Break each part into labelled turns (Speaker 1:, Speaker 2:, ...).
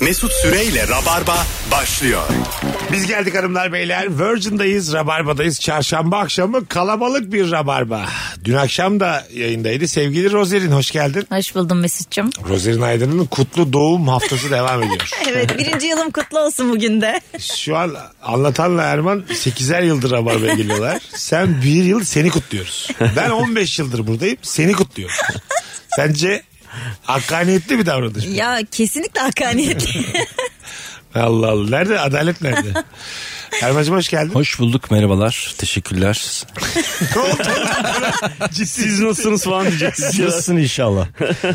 Speaker 1: Mesut Süreyle Rabarba başlıyor.
Speaker 2: Biz geldik hanımlar beyler. Virgin'dayız, Rabarba'dayız. Çarşamba akşamı kalabalık bir Rabarba. Dün akşam da yayındaydı. Sevgili Rozerin hoş geldin.
Speaker 3: Hoş buldum Mesut'cum.
Speaker 2: Rozerin Aydın'ın kutlu doğum haftası devam ediyor.
Speaker 3: Evet birinci yılım kutlu olsun bugün de.
Speaker 2: Şu an anlatanla Erman 8'er yıldır Rabarba'ya geliyorlar. Sen bir yıl seni kutluyoruz. Ben 15 yıldır buradayım seni kutluyoruz. Sence hakkaniyetli bir davranış mı?
Speaker 3: Ya kesinlikle hakkaniyetli.
Speaker 2: Allah Allah. Nerede? Adalet nerede? Erman'cığım hoş geldin.
Speaker 4: Hoş bulduk merhabalar teşekkürler.
Speaker 2: Ne oldu?
Speaker 4: Siz nasılsınız falan diyeceksiniz. Nasılsın inşallah.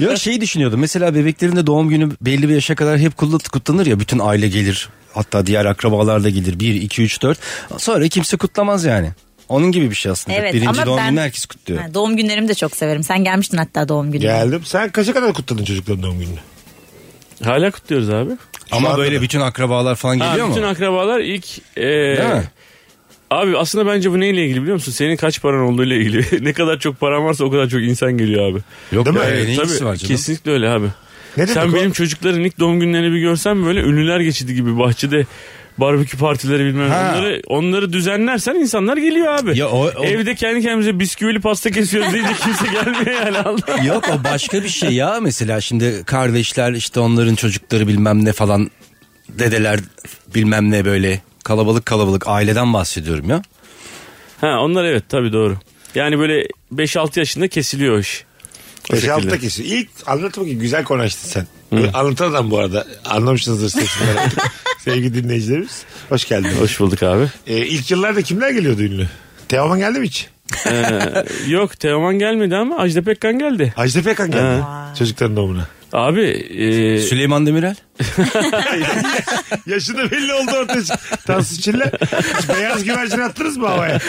Speaker 4: Yok şeyi düşünüyordum mesela bebeklerin de doğum günü belli bir yaşa kadar hep kutla- kutlanır ya bütün aile gelir. Hatta diğer akrabalar da gelir 1, 2, 3, 4 sonra kimse kutlamaz yani. Onun gibi bir şey aslında.
Speaker 3: evet
Speaker 4: Birinci
Speaker 3: ama
Speaker 4: doğum
Speaker 3: ben...
Speaker 4: gününü herkes kutluyor.
Speaker 3: Ha, doğum günlerimi de çok severim. Sen gelmiştin hatta doğum gününe.
Speaker 2: Geldim. Sen kaça kadar kutladın çocukların doğum gününü?
Speaker 5: Hala kutluyoruz abi.
Speaker 2: Şu
Speaker 4: Ama
Speaker 2: anda
Speaker 4: böyle
Speaker 2: da.
Speaker 4: bütün akrabalar falan
Speaker 5: Ha,
Speaker 4: geliyor mu?
Speaker 5: bütün akrabalar ilk... e,
Speaker 4: Değil mi?
Speaker 5: Abi aslında bence bu neyle ilgili biliyor musun? Senin kaç paran olduğuyla ilgili. ne kadar çok paran varsa o kadar çok insan geliyor abi.
Speaker 4: Yok
Speaker 2: Değil mi?
Speaker 4: ya,
Speaker 2: Evet,
Speaker 4: Ee, ne ilgisi
Speaker 5: Tabii,
Speaker 4: var canım?
Speaker 5: Kesinlikle öyle abi.
Speaker 2: Ne demek
Speaker 5: Sen
Speaker 2: o?
Speaker 5: benim çocukların ilk doğum günlerini bir görsen böyle ünlüler geçidi gibi bahçede barbekü partileri bilmem
Speaker 4: Ha.
Speaker 5: onları onları düzenlersen insanlar geliyor abi.
Speaker 4: Ya o- o-
Speaker 5: Evde kendi kendimize bisküvili pasta kesiyoruz deyince kimse gelmiyor yani. Allah.
Speaker 4: Yok o başka bir şey ya mesela şimdi kardeşler işte onların çocukları bilmem ne falan dedeler bilmem ne böyle kalabalık kalabalık aileden bahsediyorum ya.
Speaker 5: Ha onlar evet tabii doğru. Yani böyle 5-6 yaşında kesiliyor o iş. O
Speaker 2: Beş
Speaker 5: şekilde.
Speaker 2: altta kesin. İlk anlat bakayım güzel konuştun sen. Böyle Anlatan adam bu arada. Anlamışsınızdır sesinden. artık. Sevgili dinleyicilerimiz. Hoş geldin. Ee,
Speaker 5: Hoş bulduk abi.
Speaker 2: ilk yıllarda kimler geliyordu ünlü? Teoman geldi mi hiç?
Speaker 5: Yok Teoman gelmedi ama Ajda Pekkan geldi.
Speaker 2: Ajda Pekkan geldi. Çocukların doğumuna.
Speaker 5: Abi e,
Speaker 4: Süleyman Demirel.
Speaker 2: Yaşı da belli oldu ortaya. çık- Tansu Çiller. Hiç Beyaz güvercin attınız mı havaya?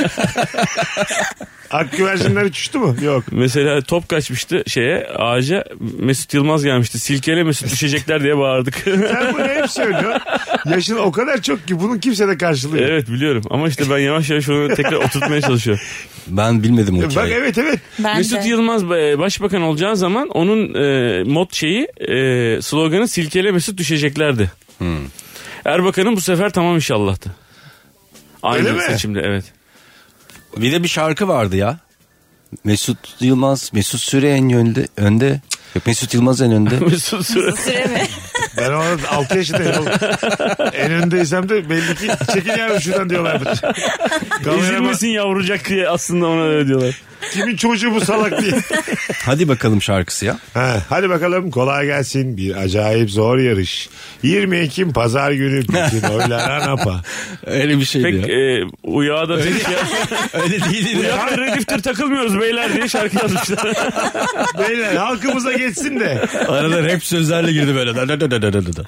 Speaker 2: Ak güvercinler uçuştu mu? Yok.
Speaker 5: mesela top kaçmıştı şeye ağaca Mesut Yılmaz gelmişti. Silkele Mesut düşecekler diye bağırdık.
Speaker 2: Sen bunu hep söylüyorsun. Yaşın o kadar çok ki bunun kimse de karşılığı yok.
Speaker 5: evet biliyorum ama işte ben yavaş yavaş onu tekrar oturtmaya çalışıyorum.
Speaker 4: Ben bilmedim o
Speaker 2: E, Bak
Speaker 4: hikayeyi.
Speaker 2: evet evet.
Speaker 3: Ben
Speaker 5: Mesut
Speaker 3: de.
Speaker 5: Yılmaz e, başbakan olacağı zaman onun e, mod şeyi e, sloganı silkele Mesut düşeceklerdi. Erbakan'ın bu sefer tamam inşallah'tı. Aynı
Speaker 2: Öyle mi?
Speaker 5: seçimde evet.
Speaker 4: Bir de bir şarkı vardı ya. Mesut Yılmaz, Mesut Süre en önde. önde. Yok, Mesut Yılmaz en önde.
Speaker 5: Mesut Süre.
Speaker 3: Süre mi?
Speaker 2: Ben ona 6 yaşındayım. oğlum. en öndeysem de belli ki çekin yavrum şuradan diyorlardır. Kamerama,
Speaker 5: Ezilmesin yavrucak diye aslında ona öyle diyorlar.
Speaker 2: kimin çocuğu bu salak diye.
Speaker 4: Hadi bakalım şarkısı ya.
Speaker 2: Ha, hadi bakalım kolay gelsin. Bir acayip zor yarış. 20 Ekim pazar günü bütün oylar ANAP'a.
Speaker 4: Öyle bir şeydi
Speaker 5: Pek e, uyağa da pek şey
Speaker 4: Öyle değildi. ya.
Speaker 5: Uyak ve rediftir takılmıyoruz beyler diye şarkı yazmışlar.
Speaker 2: Beyler halkımıza geçsin de.
Speaker 4: Arada rap sözlerle girdi böyle. Da, da, da, da, da, da, da.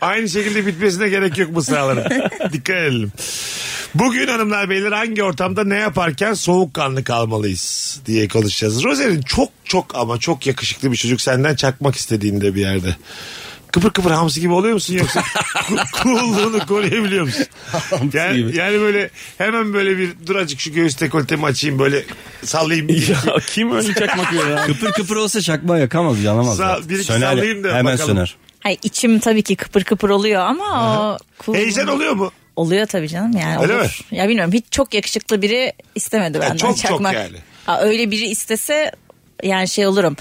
Speaker 2: Aynı şekilde bitmesine gerek yok bu sıraların. Dikkat edelim. Bugün hanımlar beyler hangi ortamda ne yaparken soğukkanlı kalmalıyız diye konuşacağız. Rozer'in çok çok ama çok yakışıklı bir çocuk senden çakmak istediğinde bir yerde. Kıpır kıpır hamsi gibi oluyor musun yoksa ku- coolluğunu koruyabiliyor musun? Yani,
Speaker 4: gibi.
Speaker 2: yani böyle hemen böyle bir dur azıcık şu göğüs dekoltemi açayım böyle sallayayım. Bir,
Speaker 5: ya kim öyle çakmak veriyor abi?
Speaker 4: Kıpır kıpır olsa çakmağı yakamaz yanamaz.
Speaker 2: Sağ-
Speaker 4: zaten.
Speaker 2: bir iki
Speaker 4: Söner,
Speaker 2: sallayayım da
Speaker 4: Hemen
Speaker 2: bakalım.
Speaker 4: söner.
Speaker 3: Ay içim tabii ki kıpır kıpır oluyor ama o cool-
Speaker 2: Heyecan oluyor mu?
Speaker 3: Oluyor tabii canım yani.
Speaker 2: Öyle
Speaker 3: olur.
Speaker 2: mi?
Speaker 3: Ya bilmiyorum hiç çok yakışıklı biri istemedi benden
Speaker 2: çok çok
Speaker 3: çakmak.
Speaker 2: yani.
Speaker 3: Ha, öyle biri istese yani şey olurum.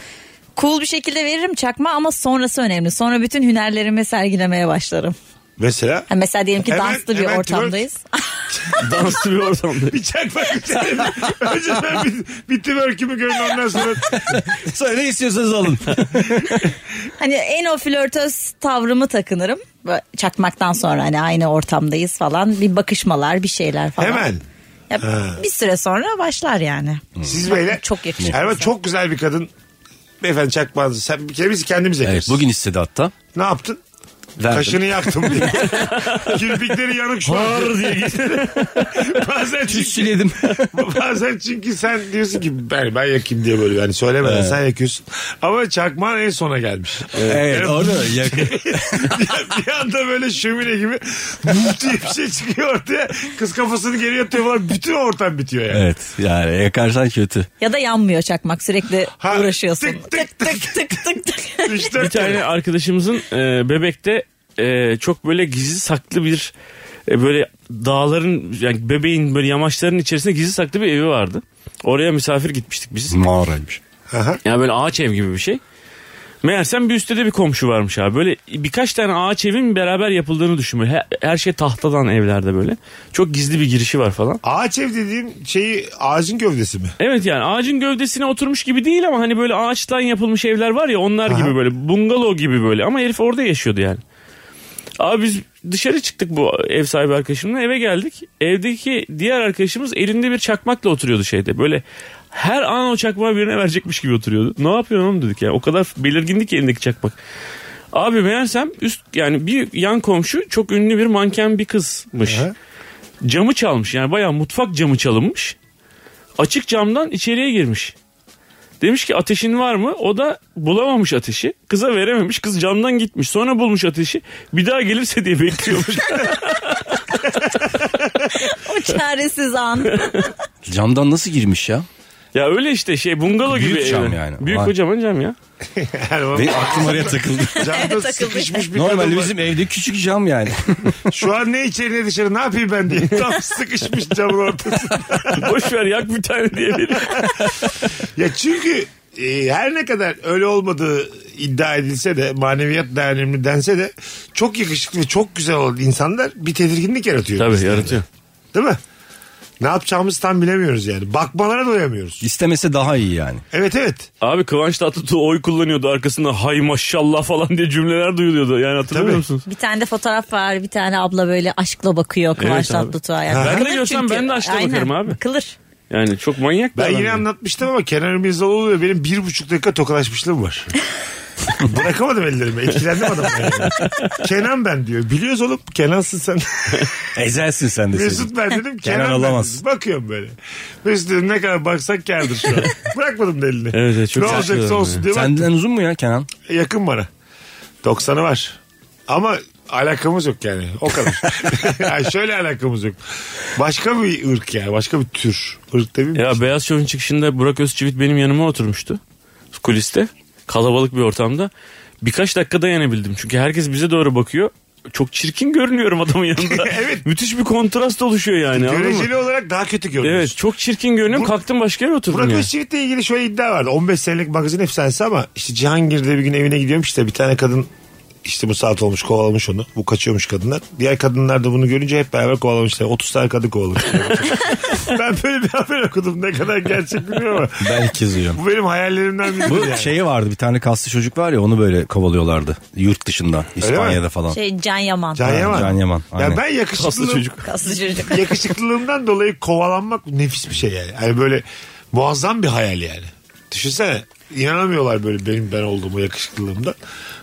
Speaker 3: Cool bir şekilde veririm çakma ama sonrası önemli. Sonra bütün hünerlerimi sergilemeye başlarım.
Speaker 2: Mesela
Speaker 3: Ha, mesela diyelim ki
Speaker 2: Hemen-
Speaker 3: danslı bir
Speaker 2: hemen twerk.
Speaker 3: ortamdayız.
Speaker 5: Danslı bir ortamda.
Speaker 2: bir çakmak istedim. Önce ben bir, bir twerk'ümü görün ondan sonra
Speaker 4: Sonra ne istiyorsanız alın.
Speaker 3: Hani en o flörtöz tavrımı takınırım. Böyle Çakmaktan sonra hani aynı ortamdayız falan. Bir bakışmalar bir şeyler falan.
Speaker 2: Hemen.
Speaker 3: Ya bir süre sonra başlar yani.
Speaker 4: Hmm.
Speaker 2: Siz böyle.
Speaker 3: Çok yakışıklı.
Speaker 2: Erman çok güzel bir kadın. Beyefendi çakmazdı. Sen bir kere bizi kendimiz
Speaker 4: Evet
Speaker 2: yakıyoruz.
Speaker 4: bugün istedi hatta.
Speaker 2: Ne yaptın?
Speaker 4: Verdim.
Speaker 2: Kaşını yaktım diye. Kirpikleri yanık şu an.
Speaker 4: Har diye
Speaker 2: Bazen çünkü,
Speaker 4: Tütsüledim.
Speaker 2: bazen çünkü sen diyorsun ki ben, ben yakayım diye böyle. Yani söylemeden sen yakıyorsun. Ama çakmağın en sona gelmiş.
Speaker 4: evet
Speaker 2: Yani
Speaker 4: orada yakın.
Speaker 2: bir, bir anda böyle şömine gibi vup diye bir şey çıkıyor ortaya. Kız kafasını geriye atıyor falan. Bütün ortam bitiyor yani.
Speaker 4: Evet yani yakarsan kötü.
Speaker 3: Ya da yanmıyor çakmak sürekli
Speaker 2: Ha,
Speaker 3: uğraşıyorsun.
Speaker 2: tık tık
Speaker 3: tık tık tık tık.
Speaker 2: Üç, dört
Speaker 5: Bir tane
Speaker 2: kere.
Speaker 5: arkadaşımızın e, bebekte e, çok böyle gizli saklı bir e, böyle dağların yani bebeğin böyle yamaçların içerisinde gizli saklı bir evi vardı. Oraya misafir gitmiştik biz.
Speaker 4: Mağaraymış.
Speaker 5: Yani böyle ağaç ev gibi bir şey. Meğersem bir üstte de bir komşu varmış abi. Böyle birkaç tane ağaç evin beraber yapıldığını düşün. Böyle Her, her şey tahtadan evlerde böyle. Çok gizli bir girişi var falan.
Speaker 2: Ağaç ev dediğin şeyi ağacın gövdesi mi?
Speaker 5: Evet yani ağacın gövdesine oturmuş gibi değil ama hani böyle ağaçtan yapılmış evler var ya onlar
Speaker 2: Aha.
Speaker 5: gibi böyle bungalov gibi böyle ama herif orada yaşıyordu yani. Abi biz dışarı çıktık bu ev sahibi arkadaşımla eve geldik. Evdeki diğer arkadaşımız elinde bir çakmakla oturuyordu şeyde böyle her an o çakmağı birine verecekmiş gibi oturuyordu. Ne yapıyorsun oğlum dedik ya o kadar belirgindi ki elindeki çakmak. Abi meğersem üst yani bir yan komşu çok ünlü bir manken bir kızmış. Camı çalmış yani bayağı mutfak camı çalınmış açık camdan içeriye girmiş. Demiş ki ateşin var mı? O da bulamamış ateşi. Kıza verememiş. Kız camdan gitmiş. Sonra bulmuş ateşi. Bir daha gelirse diye bekliyormuş.
Speaker 3: O çaresiz an.
Speaker 4: Camdan nasıl girmiş ya?
Speaker 5: ya öyle işte şey bungalov
Speaker 4: Büyük
Speaker 5: gibi.
Speaker 4: cam
Speaker 5: evler.
Speaker 4: yani.
Speaker 5: Büyük
Speaker 4: Vay.
Speaker 5: kocaman cam ya.
Speaker 4: Ve aklım oraya takıldı.
Speaker 2: Camda
Speaker 3: takıldı.
Speaker 2: sıkışmış bir kadın
Speaker 4: Normalde
Speaker 2: var.
Speaker 4: bizim evde küçük cam yani.
Speaker 2: Şu an ne içeri ne dışarı ne yapayım ben diye. Tam sıkışmış camın ortasında.
Speaker 5: Boş ver yak bir tane diye veriyor.
Speaker 2: Ya çünkü e, her ne kadar öyle olmadığı iddia edilse de maneviyat daha önemli dense de çok yakışıklı ve çok güzel olan insanlar bir tedirginlik yaratıyor.
Speaker 5: Tabii
Speaker 2: bizlerde.
Speaker 5: yaratıyor.
Speaker 2: Değil mi? Ne yapacağımızı tam bilemiyoruz yani. Bakmalara doyamıyoruz.
Speaker 4: İstemese daha iyi yani.
Speaker 2: Evet evet.
Speaker 5: Abi Kıvanç Tatlıtuğ oy kullanıyordu arkasında hay maşallah falan diye cümleler duyuluyordu. Yani hatırlamıyor
Speaker 2: Tabii.
Speaker 5: musunuz?
Speaker 3: Bir tane de fotoğraf var. Bir tane abla böyle aşkla bakıyor Kıvanç
Speaker 5: Evet abi.
Speaker 3: Tatlıtuğ'a. Yani
Speaker 5: Ben de
Speaker 3: kılır
Speaker 5: görsem
Speaker 3: çünkü.
Speaker 5: ben de aşkla
Speaker 3: Aynen.
Speaker 5: bakarım abi.
Speaker 3: Kılır.
Speaker 5: Yani çok manyak bir
Speaker 2: Ben
Speaker 5: adam
Speaker 2: yine
Speaker 5: yani.
Speaker 2: anlatmıştım ama Kenan İmirzalıoğlu ve benim bir buçuk dakika tokalaşmışlığım var. Bırakamadım ellerimi. Etkilendim adamla yani. Kenan ben diyor. Biliyoruz oğlum. Kenan'sın sen.
Speaker 4: Ezelsin sen de. Sevgi.
Speaker 2: Mesut ben dedim. Kenan,
Speaker 4: Kenan
Speaker 2: ben
Speaker 4: olamaz.
Speaker 2: dedim. Bakıyorum böyle. Mesut dedim ne kadar baksak kârdır şu an. Bırakmadım da elini.
Speaker 5: Evet, evet, çok
Speaker 2: ne
Speaker 5: saçma
Speaker 2: olacaksa
Speaker 5: adam
Speaker 2: olsun diye bak.
Speaker 4: Senden uzun mu ya Kenan?
Speaker 2: Yakın bana. 90'ı var. Ama alakamız yok yani. O kadar. yani şöyle alakamız yok. Başka bir ırk yani. Başka bir tür. Irk demeyeyim mi?
Speaker 5: Ya Beyaz Şov'un çıkışında Burak Özçivit benim yanıma oturmuştu. Kuliste. Kalabalık bir ortamda. Birkaç dakika dayanabildim. Çünkü herkes bize doğru bakıyor. Çok çirkin görünüyorum adamın yanında.
Speaker 2: Evet.
Speaker 5: Müthiş bir kontrast oluşuyor yani. anladın mı?
Speaker 2: Göreceli olarak daha kötü görünüyorsun.
Speaker 5: Evet çok çirkin görünüyorum.
Speaker 2: Bur-
Speaker 5: Kalktım başka yere oturdum
Speaker 2: Burak
Speaker 5: yani.
Speaker 2: Özçivit'le ilgili şöyle iddia vardı. 15 senelik magazin efsanesi ama işte Cihangir'de bir gün evine gidiyormuş işte bir tane kadın işte bu saat olmuş kovalamış onu. Bu kaçıyormuş kadınlar. Diğer kadınlar da bunu görünce hep beraber kovalamışlar. 30 tane kadın kovalamış. ben böyle bir haber okudum. Ne kadar gerçek bilmiyorum ama.
Speaker 4: Belki yazıyorum.
Speaker 2: Bu benim hayallerimden biri.
Speaker 4: Bu şey-
Speaker 2: yani.
Speaker 4: şeyi vardı bir tane kaslı çocuk var ya onu böyle kovalıyorlardı. Yurt dışından İspanya'da falan.
Speaker 3: Şey Can Yaman.
Speaker 2: Can Yaman.
Speaker 4: Can Yaman,
Speaker 2: Ya
Speaker 4: aynen.
Speaker 2: ben
Speaker 5: Kaslı
Speaker 2: yakışıklılığım,
Speaker 5: çocuk.
Speaker 3: Kaslı çocuk.
Speaker 2: yakışıklılığımdan dolayı kovalanmak nefis bir şey yani. Yani böyle muazzam bir hayal yani. Düşünsene inanamıyorlar böyle benim ben olduğumu yakışıklılığımdan.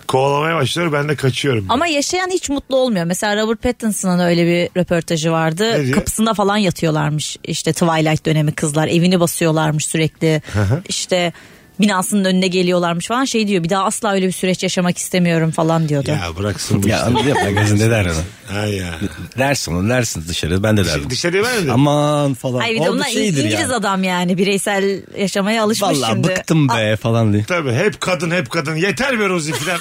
Speaker 2: Kovalamaya başlıyor ben de kaçıyorum.
Speaker 3: Ama yaşayan hiç mutlu olmuyor. Mesela Robert Pattinson'ın öyle bir röportajı
Speaker 2: Ne
Speaker 3: vardı.
Speaker 2: diyor?
Speaker 3: Kapısında falan yatıyorlarmış. İşte Twilight dönemi kızlar. Evini basıyorlarmış sürekli. işte binasının önüne geliyorlarmış falan. Şey diyor bir daha asla öyle bir süreç yaşamak istemiyorum falan diyordu.
Speaker 2: Ya bıraksın bu
Speaker 4: Ya
Speaker 2: işleri.
Speaker 4: anladın mı? Magazinde der onu.
Speaker 2: Ha ya.
Speaker 4: Dersin onu dersin dışarı ben de derdim.
Speaker 2: Dışarıya vermedin. Ama...
Speaker 4: Aman falan.
Speaker 3: Ay bir
Speaker 4: O
Speaker 3: de
Speaker 4: bir
Speaker 3: bunlar İ-
Speaker 4: şeydir
Speaker 3: İngiliz
Speaker 4: yani.
Speaker 3: adam yani bireysel yaşamaya alışmış
Speaker 4: Vallahi
Speaker 3: şimdi.
Speaker 4: bıktım be falan diye.
Speaker 2: Tabii hep kadın hep kadın yeter be Rozi filan.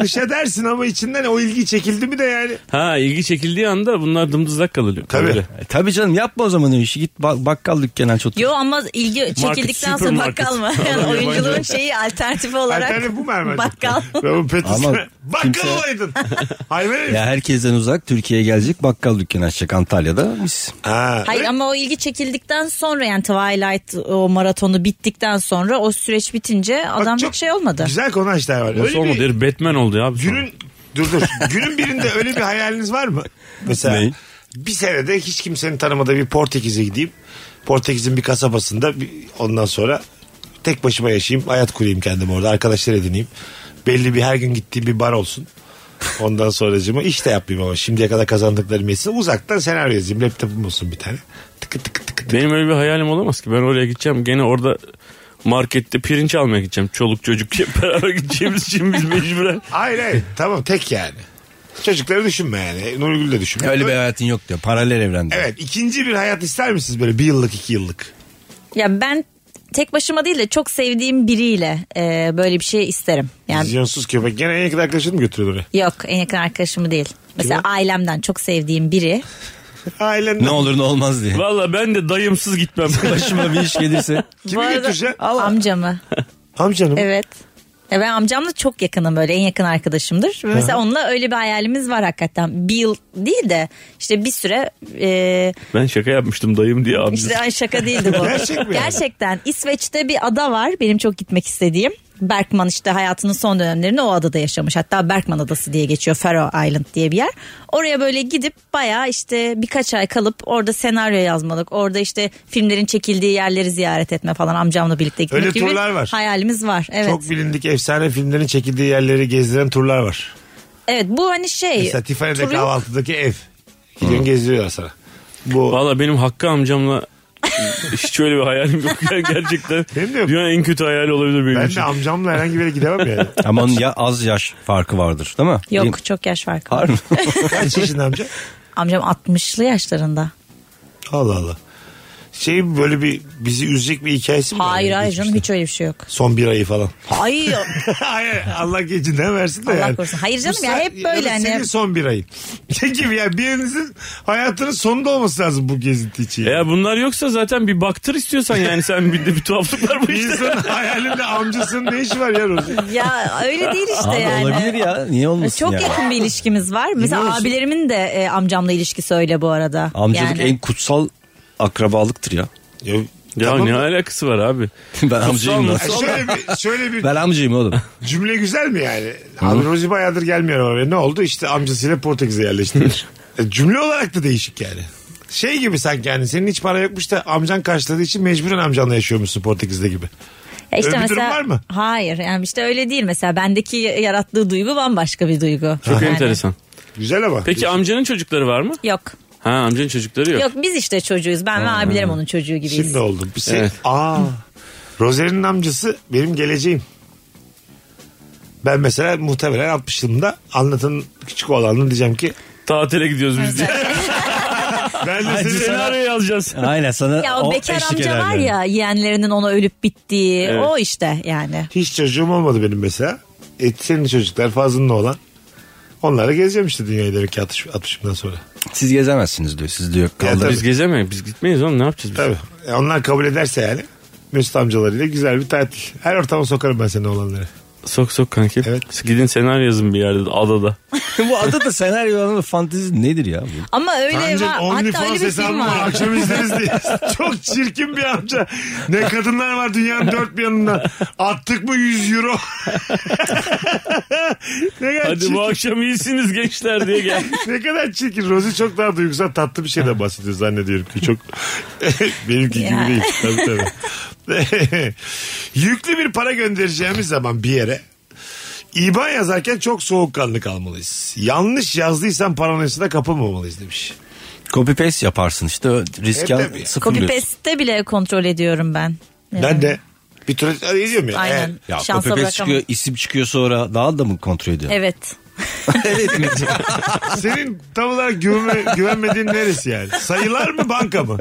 Speaker 2: Dışa dersin ama içinden o ilgi çekildi mi de yani.
Speaker 5: Ha ilgi çekildiği anda bunlar dımdızlak kalıyor.
Speaker 2: Tabii.
Speaker 5: Öyle.
Speaker 4: E, tabii canım yapma o zaman o işi git ba- bakkal dükkanı aç otur.
Speaker 3: Yo ama ilgi çekildikten sonra
Speaker 5: supermarket.
Speaker 3: bakkal mı? Yani oyunculuğun şeyi alternatifi olarak
Speaker 2: Alternatif bu mu Erman'cığım?
Speaker 3: bakkal.
Speaker 2: Robert Pattinson.
Speaker 4: Ama
Speaker 2: Bakkal
Speaker 4: kimse-
Speaker 2: olaydın. Hayvan herif.
Speaker 4: Ya herkesten uzak Türkiye'ye gelecek bakkal dükkanı açacak Antalya'da biz.
Speaker 2: Ha.
Speaker 3: Hayır ama o ilgi çekildikten sonra yani Twilight o maratonu bittikten sonra o süreç bitince
Speaker 2: Bak
Speaker 3: adam
Speaker 2: çok
Speaker 3: hiç şey olmadı.
Speaker 2: Güzel konu açtı Erman.
Speaker 5: Nasıl
Speaker 2: Öyle
Speaker 5: olmadı?
Speaker 2: bir
Speaker 5: Herif Batman oldu ya. abi sonra.
Speaker 2: günün dur dur. günün birinde öyle bir hayaliniz var mı? Mesela
Speaker 4: Ney?
Speaker 2: bir senede hiç kimsenin tanımadığı bir Portekiz'e gideyim. Portekiz'in bir kasabasında bir- ondan sonra tek başıma yaşayayım. Hayat kurayım kendim orada. Arkadaşlar edineyim. Belli bir her gün gittiğim bir bar olsun. Ondan sonracığıma iş de yapmayayım ama şimdiye kadar kazandıklarım yetsin. Uzaktan senaryo yazayım. Laptopum olsun bir tane. Tıkı tıkı tıkı.
Speaker 5: Benim öyle bir hayalim olamaz ki. Ben oraya gideceğim. Gene orada markette pirinç almaya gideceğim. Çoluk çocuk diye beraber gideceğimiz için biz mecburen.
Speaker 2: Hayır hayır tamam tek yani. Çocukları düşünme yani. Nurgül de düşünme.
Speaker 4: Öyle bir hayatın yok diyor. Paralel evrende.
Speaker 2: Evet ikinci bir hayat ister misiniz böyle bir yıllık iki yıllık?
Speaker 3: Ya ben tek başıma değil de çok sevdiğim biriyle e, böyle bir şey isterim. Yani
Speaker 2: Vizyonsuz köpek. Gene en yakın arkadaşını mı götürüyordu oraya?
Speaker 3: yok en yakın arkadaşımı değil. Mesela ailemden çok sevdiğim biri.
Speaker 2: Ailen
Speaker 4: Ne olur ne olmaz diye.
Speaker 5: Valla ben de dayımsız gitmem.
Speaker 4: Başıma bir iş gelirse.
Speaker 2: Kimi götüreceksin?
Speaker 3: Amcamı.
Speaker 2: Amcanım.
Speaker 3: Evet. E ben amcamla çok yakınım böyle en yakın arkadaşımdır. Ve Mesela onunla öyle bir hayalimiz var hakikaten. Bir yıl değil de işte bir süre e,
Speaker 5: ben şaka yapmıştım dayım diye abi.
Speaker 3: işte ay şaka değildi bu.
Speaker 2: Gerçek mi yani?
Speaker 3: Gerçekten İsveç'te bir ada var benim çok gitmek istediğim. Berkman işte hayatının son dönemlerini o adada yaşamış. Hatta Berkman Adası diye geçiyor. Faroe Island diye bir yer. Oraya böyle gidip bayağı işte birkaç ay kalıp orada senaryo yazmalık. Orada işte filmlerin çekildiği yerleri ziyaret etme falan amcamla birlikte gitmek
Speaker 2: Öyle
Speaker 3: gibi
Speaker 2: turlar var.
Speaker 3: hayalimiz var. Evet.
Speaker 2: Çok bilindik efsane filmlerin çekildiği yerleri gezdiren turlar var.
Speaker 3: Evet bu hani şey.
Speaker 2: Mesela Tiffany'de
Speaker 3: turu yok.
Speaker 2: kahvaltıdaki ev. Gidiyorsun gezdiriyorlar sana. Bu
Speaker 5: Valla benim Hakkı amcamla hiç öyle bir hayalim yok. Yani gerçekten
Speaker 2: Benim de yok.
Speaker 5: dünyanın en kötü hayali olabilir benim
Speaker 2: ben
Speaker 5: için.
Speaker 2: de amcamla herhangi bir yere gidemem yani.
Speaker 4: Ama onun ya az yaş farkı vardır değil mi? Benim-
Speaker 3: Yok çok yaş farkı.
Speaker 4: Var mı?
Speaker 2: Kaç yaşında amca?
Speaker 3: Amcam 60'lı yaşlarında.
Speaker 2: Allah Allah. Şey böyle bir bizi üzecek bir hikayesi mi? var
Speaker 3: Hayır
Speaker 2: yani
Speaker 3: hayır canım
Speaker 2: geçmişte?
Speaker 3: hiç öyle bir şey yok.
Speaker 2: Son bir ayı falan.
Speaker 3: Hayır.
Speaker 2: Hayır Allah gecinden versin de
Speaker 3: Allah
Speaker 2: yani.
Speaker 3: korusun. Hayır canım
Speaker 2: Bu
Speaker 3: ya,
Speaker 2: sen-
Speaker 3: hep böyle
Speaker 2: da
Speaker 3: hani.
Speaker 2: Senin son bir ayın. Ne gibi ya birinizin hayatının sonunda olması lazım bu gezinti için.
Speaker 5: Eğer bunlar yoksa zaten bir baktır istiyorsan yani sen bir de bir tuhaflık var bu
Speaker 2: bir
Speaker 5: işte.
Speaker 2: insanın hayalinde amcasının ne işi var ya Rozi?
Speaker 3: ya öyle değil işte
Speaker 4: Abi
Speaker 3: yani.
Speaker 4: olabilir ya. Niye olmasın
Speaker 3: Ee, Çok
Speaker 4: yani?
Speaker 3: yakın bir ilişkimiz var. Mesela
Speaker 2: Biliyor musun?
Speaker 3: abilerimin de e, amcamla ilişkisi öyle bu arada.
Speaker 4: Amcalık
Speaker 3: Yani.
Speaker 4: en kutsal akrabalıktır ya.
Speaker 2: Ya,
Speaker 5: Ya
Speaker 2: tamam
Speaker 5: ne
Speaker 2: da-
Speaker 5: alakası var abi?
Speaker 4: ben amcayım lan.
Speaker 2: Ya Şöyle bir, şöyle bir
Speaker 4: Ben amcayım oğlum.
Speaker 2: cümle güzel mi yani? Abi Rozi bayağıdır gelmiyor oraya. Ne oldu? İşte amcasıyla Portekiz'e yerleşti. E, cümle olarak da değişik yani. Şey gibi sanki yani senin hiç para yokmuş da amcan karşıladığı için mecburen amcanla yaşıyormuşsun Portekiz'de gibi.
Speaker 3: Ya
Speaker 2: Öyle bir durum var mı?
Speaker 3: e, Hayır yani işte öyle değil mesela bendeki yarattığı duygu bambaşka bir duygu.
Speaker 5: Çok
Speaker 3: Yani-
Speaker 5: enteresan.
Speaker 2: Güzel ama.
Speaker 5: Peki amcanın çocukları var mı?
Speaker 3: Yok.
Speaker 5: Ha amcanın çocukları yok.
Speaker 3: Yok biz işte çocuğuyuz. Ben ve abilerim onun çocuğu gibiyiz.
Speaker 2: Şimdi oldum. Bir şey...
Speaker 5: Evet.
Speaker 2: Aa. Rozer'in amcası benim geleceğim. Ben mesela muhtemelen 60 yılında anlatan küçük oğlanın diyeceğim ki
Speaker 5: Tatile gidiyoruz biz diye.
Speaker 2: ben de seni
Speaker 5: Senaryo yazacağız.
Speaker 4: Aynen sana
Speaker 3: Ya o bekar
Speaker 4: eşlik
Speaker 3: amca
Speaker 4: eder
Speaker 3: var
Speaker 4: yani.
Speaker 3: ya yeğenlerinin ona ölüp bittiği
Speaker 5: Evet.
Speaker 3: o işte yani.
Speaker 2: hiç çocuğum olmadı benim mesela. E, senin çocuklar fazlının olan. Onlara gezeceğim işte dünyayı demek ki 60, 60'ımdan sonra.
Speaker 4: Siz gezemezsiniz diyor. Siz diyor
Speaker 2: tabii.
Speaker 4: kaldırır.
Speaker 5: Biz gezemeyiz. Biz gitmeyiz oğlum ne yapacağız biz?
Speaker 2: Tabii. E, onlar kabul ederse yani. Mesut amcalarıyla güzel bir tatil. Her ortama sokarım ben senin oğlanları.
Speaker 5: Sok sok kanki.
Speaker 2: Evet.
Speaker 5: Gidin senaryo yazın bir yerde adada.
Speaker 4: bu adada senaryo alanı fantezi nedir ya? Bu?
Speaker 3: Ama öyle
Speaker 2: Amca
Speaker 3: var. Hatta öyle
Speaker 2: OnlyFans
Speaker 3: bir
Speaker 2: hesabı
Speaker 3: film
Speaker 2: var.
Speaker 3: var.
Speaker 2: Akşam izleriz diye. Çok çirkin bir amca. Ne kadınlar var dünyanın dört bir yanında. Attık mı 100 euro? ne kadar
Speaker 5: Hadi
Speaker 2: çirkin.
Speaker 5: bu akşam iyisiniz gençler diye gel.
Speaker 2: Ne kadar çirkin. Rozi çok daha duygusal tatlı bir şeyden bahsediyor zannediyorum ki. Çok benimki gibi
Speaker 3: Ya.
Speaker 2: değil. Tabii tabii. Yüklü bir para göndereceğimiz zaman bir yere İban yazarken çok soğukkanlı kalmalıyız. Yanlış yazdıysan paranoyasına kapılmamalıyız demiş.
Speaker 4: Copy paste yaparsın işte o risk
Speaker 2: E,
Speaker 4: al-
Speaker 2: tabii.
Speaker 3: Copy
Speaker 4: sıfırlıyorsun.
Speaker 3: paste'te bile kontrol ediyorum ben. Yani.
Speaker 2: Ben de bir türlü ediyorum ya.
Speaker 3: Aynen.
Speaker 2: Ee,
Speaker 4: Ya
Speaker 3: Şansa
Speaker 4: copy paste
Speaker 3: bırakamam.
Speaker 4: çıkıyor isim çıkıyor sonra daha da mı kontrol ediyor?
Speaker 3: Evet.
Speaker 4: evet mi?
Speaker 2: Senin tam olarak güvenme, güvenmediğin neresi yani? Sayılar mı banka mı?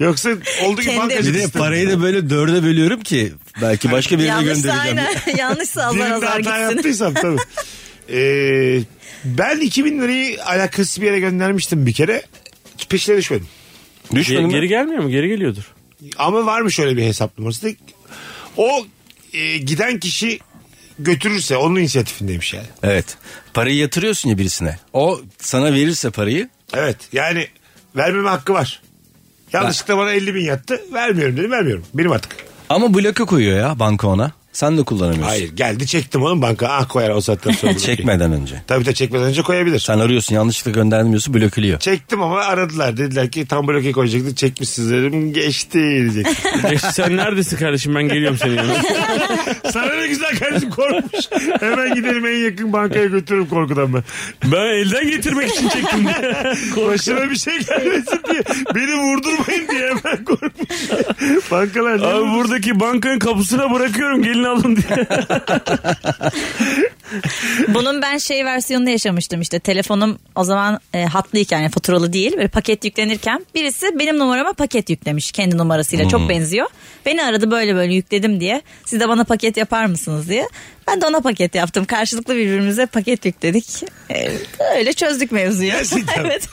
Speaker 2: Yoksa oldu ki
Speaker 3: Kendi-
Speaker 2: bankacı
Speaker 4: Bir de parayı da böyle dörde bölüyorum ki belki başka birine
Speaker 3: Yanlışsa
Speaker 4: göndereceğim.
Speaker 3: aynen. Yanlışsa Allah
Speaker 2: Birinde
Speaker 3: azar
Speaker 2: hata
Speaker 3: gitsin.
Speaker 2: yaptıysam tabii. Ee, ben 2000 lirayı alakasız bir yere göndermiştim bir kere. Peşine düşmedim.
Speaker 4: Düşmedim
Speaker 5: Geri,
Speaker 4: mi?
Speaker 5: geri gelmiyor mu? Geri geliyordur.
Speaker 2: Ama var mı şöyle bir hesap numarası? O e, giden kişi götürürse onun inisiyatifindeymiş yani.
Speaker 4: Evet. Parayı yatırıyorsun ya birisine. O sana verirse parayı
Speaker 2: Evet yani vermeme hakkı var. Yanlışlıkla bana 50 bin yattı. Vermiyorum dedim vermiyorum. Benim artık.
Speaker 4: ama bloke koyuyor ya banka ona. Sen de kullanamıyorsun.
Speaker 2: Hayır geldi çektim oğlum banka. Ah koyar o saatten sonra.
Speaker 4: Çekmeden önce.
Speaker 2: Tabii de çekmeden önce koyabilir.
Speaker 4: Sen arıyorsun yanlışlıkla göndermiyorsun blokülüyor.
Speaker 2: Çektim ama aradılar. Dediler ki tam bloke koyacaktı. Çekmişsiniz dedim. Geçti diyecek.
Speaker 5: Ya Sen neredesin kardeşim ben geliyorum senin yanına.
Speaker 2: Sana ne güzel kardeşim korkmuş. Hemen gidelim en yakın bankaya götürürüm korkudan ben.
Speaker 5: Ben elden getirmek için çektim diye.
Speaker 2: Başıma bir şey gelmesin diye. Beni vurdurmayın diye hemen korkmuş. Bankalar ne
Speaker 5: Abi
Speaker 2: vurdu?
Speaker 5: buradaki bankanın kapısına bırakıyorum gelin alın diye.
Speaker 3: Bunun ben şey versiyonunu yaşamıştım işte telefonum o zaman e, hatlıyken yani faturalı değil böyle paket yüklenirken birisi benim numarama paket yüklemiş kendi numarasıyla çok benziyor. Beni aradı böyle böyle yükledim diye siz de bana paket yapar mısınız diye. Ben de ona paket yaptım karşılıklı birbirimize paket yükledik. E, öyle çözdük mevzuyu.
Speaker 2: Gerçekten.
Speaker 3: evet.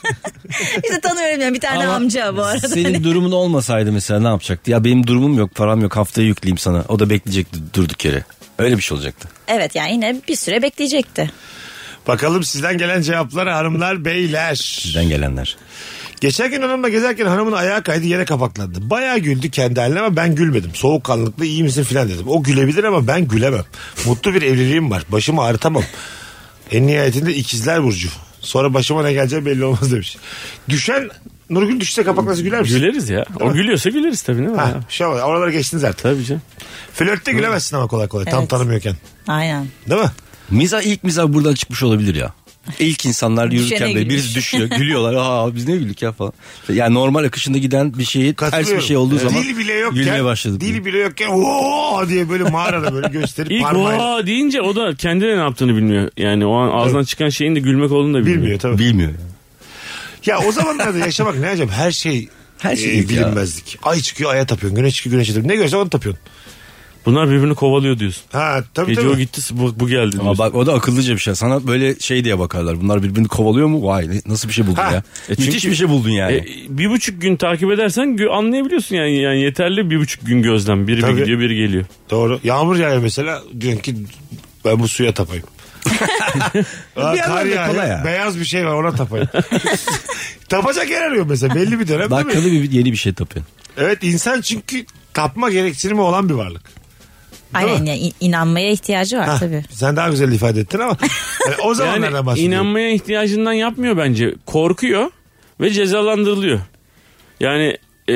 Speaker 3: işte tanıyorum yani bir tane
Speaker 4: Ama
Speaker 3: amca bu arada. hani.
Speaker 4: Senin durumun olmasaydı mesela ne yapacaktı? Ya benim durumum yok param yok haftaya yükleyeyim sana. O da bekleyecekti durduk yere. Öyle bir şey olacaktı.
Speaker 3: Evet yani yine bir süre bekleyecekti.
Speaker 2: Bakalım sizden gelen cevaplar hanımlar beyler.
Speaker 4: Bizden gelenler.
Speaker 2: Geçen gün hanımla gezerken hanımın ayağı kaydı yere kapaklandı. Bayağı güldü kendi haline ama ben gülmedim. Soğukkanlıklı iyi misin filan dedim. O gülebilir ama ben gülemem. Mutlu bir evliliğim var. Başımı ağrıtamam. En nihayetinde ikizler burcu. Sonra başıma ne geleceği belli olmaz demiş. Düşen Nurgül düşse kapak nasıl güler misin?
Speaker 5: Güleriz ya. O gülüyorsa güleriz tabii değil mi?
Speaker 2: Ha, şey olmaz. Oralara geçtiniz artık.
Speaker 5: Tabii canım.
Speaker 2: Flörtte gülemezsin ama kolay kolay. Tam
Speaker 3: Evet.
Speaker 2: tanımıyorken.
Speaker 3: Aynen.
Speaker 2: Değil mi?
Speaker 4: Miza ilk miza buradan çıkmış olabilir ya. İlk insanlar
Speaker 3: Düşene
Speaker 4: yürürken de
Speaker 3: gülmüş.
Speaker 4: birisi düşüyor gülüyorlar. Aa biz ne güldük ya falan. Yani normal akışında giden bir şeyi ters bir
Speaker 2: Katılıyorum.
Speaker 4: şey olduğu zaman
Speaker 2: dil bile yokken,
Speaker 4: gülmeye başladık.
Speaker 2: Dil bile yokken ooo diye böyle mağarada böyle gösterip
Speaker 5: İlk
Speaker 2: parmağıyla.
Speaker 5: "Vaa" deyince o da kendine ne yaptığını bilmiyor. Yani o an ağzından çıkan şeyin de gülmek olduğunu da bilmiyor.
Speaker 2: Bilmiyor tabii.
Speaker 4: Bilmiyor yani.
Speaker 2: Ya o zamanlarda yaşamak ne acaba her şey
Speaker 4: Her şey
Speaker 2: e,
Speaker 4: yok ya.
Speaker 2: bilinmezlik. Ay çıkıyor aya tapıyorsun. Güneş çıkıyor güneşe tapıyorsun. Ne görsen onu tapıyorsun.
Speaker 5: Bunlar birbirini kovalıyor diyorsun.
Speaker 2: Ha tabii
Speaker 5: Gece o
Speaker 2: tabii.
Speaker 5: gitti bu, bu geldi diyorsun.
Speaker 4: Ama bak o da akıllıca bir şey. Sana böyle şey diye bakarlar. Bunlar birbirini kovalıyor mu? Vay ne- nasıl bir şey buldun
Speaker 2: Ha.
Speaker 4: ya.
Speaker 5: E çünkü-
Speaker 4: Müthiş bir şey buldun yani.
Speaker 5: E, bir buçuk gün takip edersen gö- anlayabiliyorsun yani. yani yeterli bir buçuk gün gözlem. Biri
Speaker 2: Tabii.
Speaker 5: bir gidiyor biri geliyor.
Speaker 2: Doğru. Yağmur yağıyor mesela. Diyorsun ki ben bu suya tapayım. Aa,
Speaker 4: Bir yandan
Speaker 2: kar
Speaker 4: da
Speaker 2: yağıyor.
Speaker 4: kolay ya.
Speaker 2: Beyaz bir şey var ona tapayım. Tapacak yer arıyor mesela belli bir dönem değil mi?
Speaker 4: Dakikalı bir yeni bir şey tapıyorsun.
Speaker 2: Evet insan çünkü tapma gereksinimi olan bir varlık.
Speaker 3: Aynen yani in- inanmaya ihtiyacı var
Speaker 2: Hah,
Speaker 3: tabii.
Speaker 2: Sen daha güzel ifade ettin ama yani o
Speaker 5: Yani
Speaker 2: zamanlardan bahsediyorum.
Speaker 5: inanmaya ihtiyacından yapmıyor bence. Korkuyor ve cezalandırılıyor. Yani e,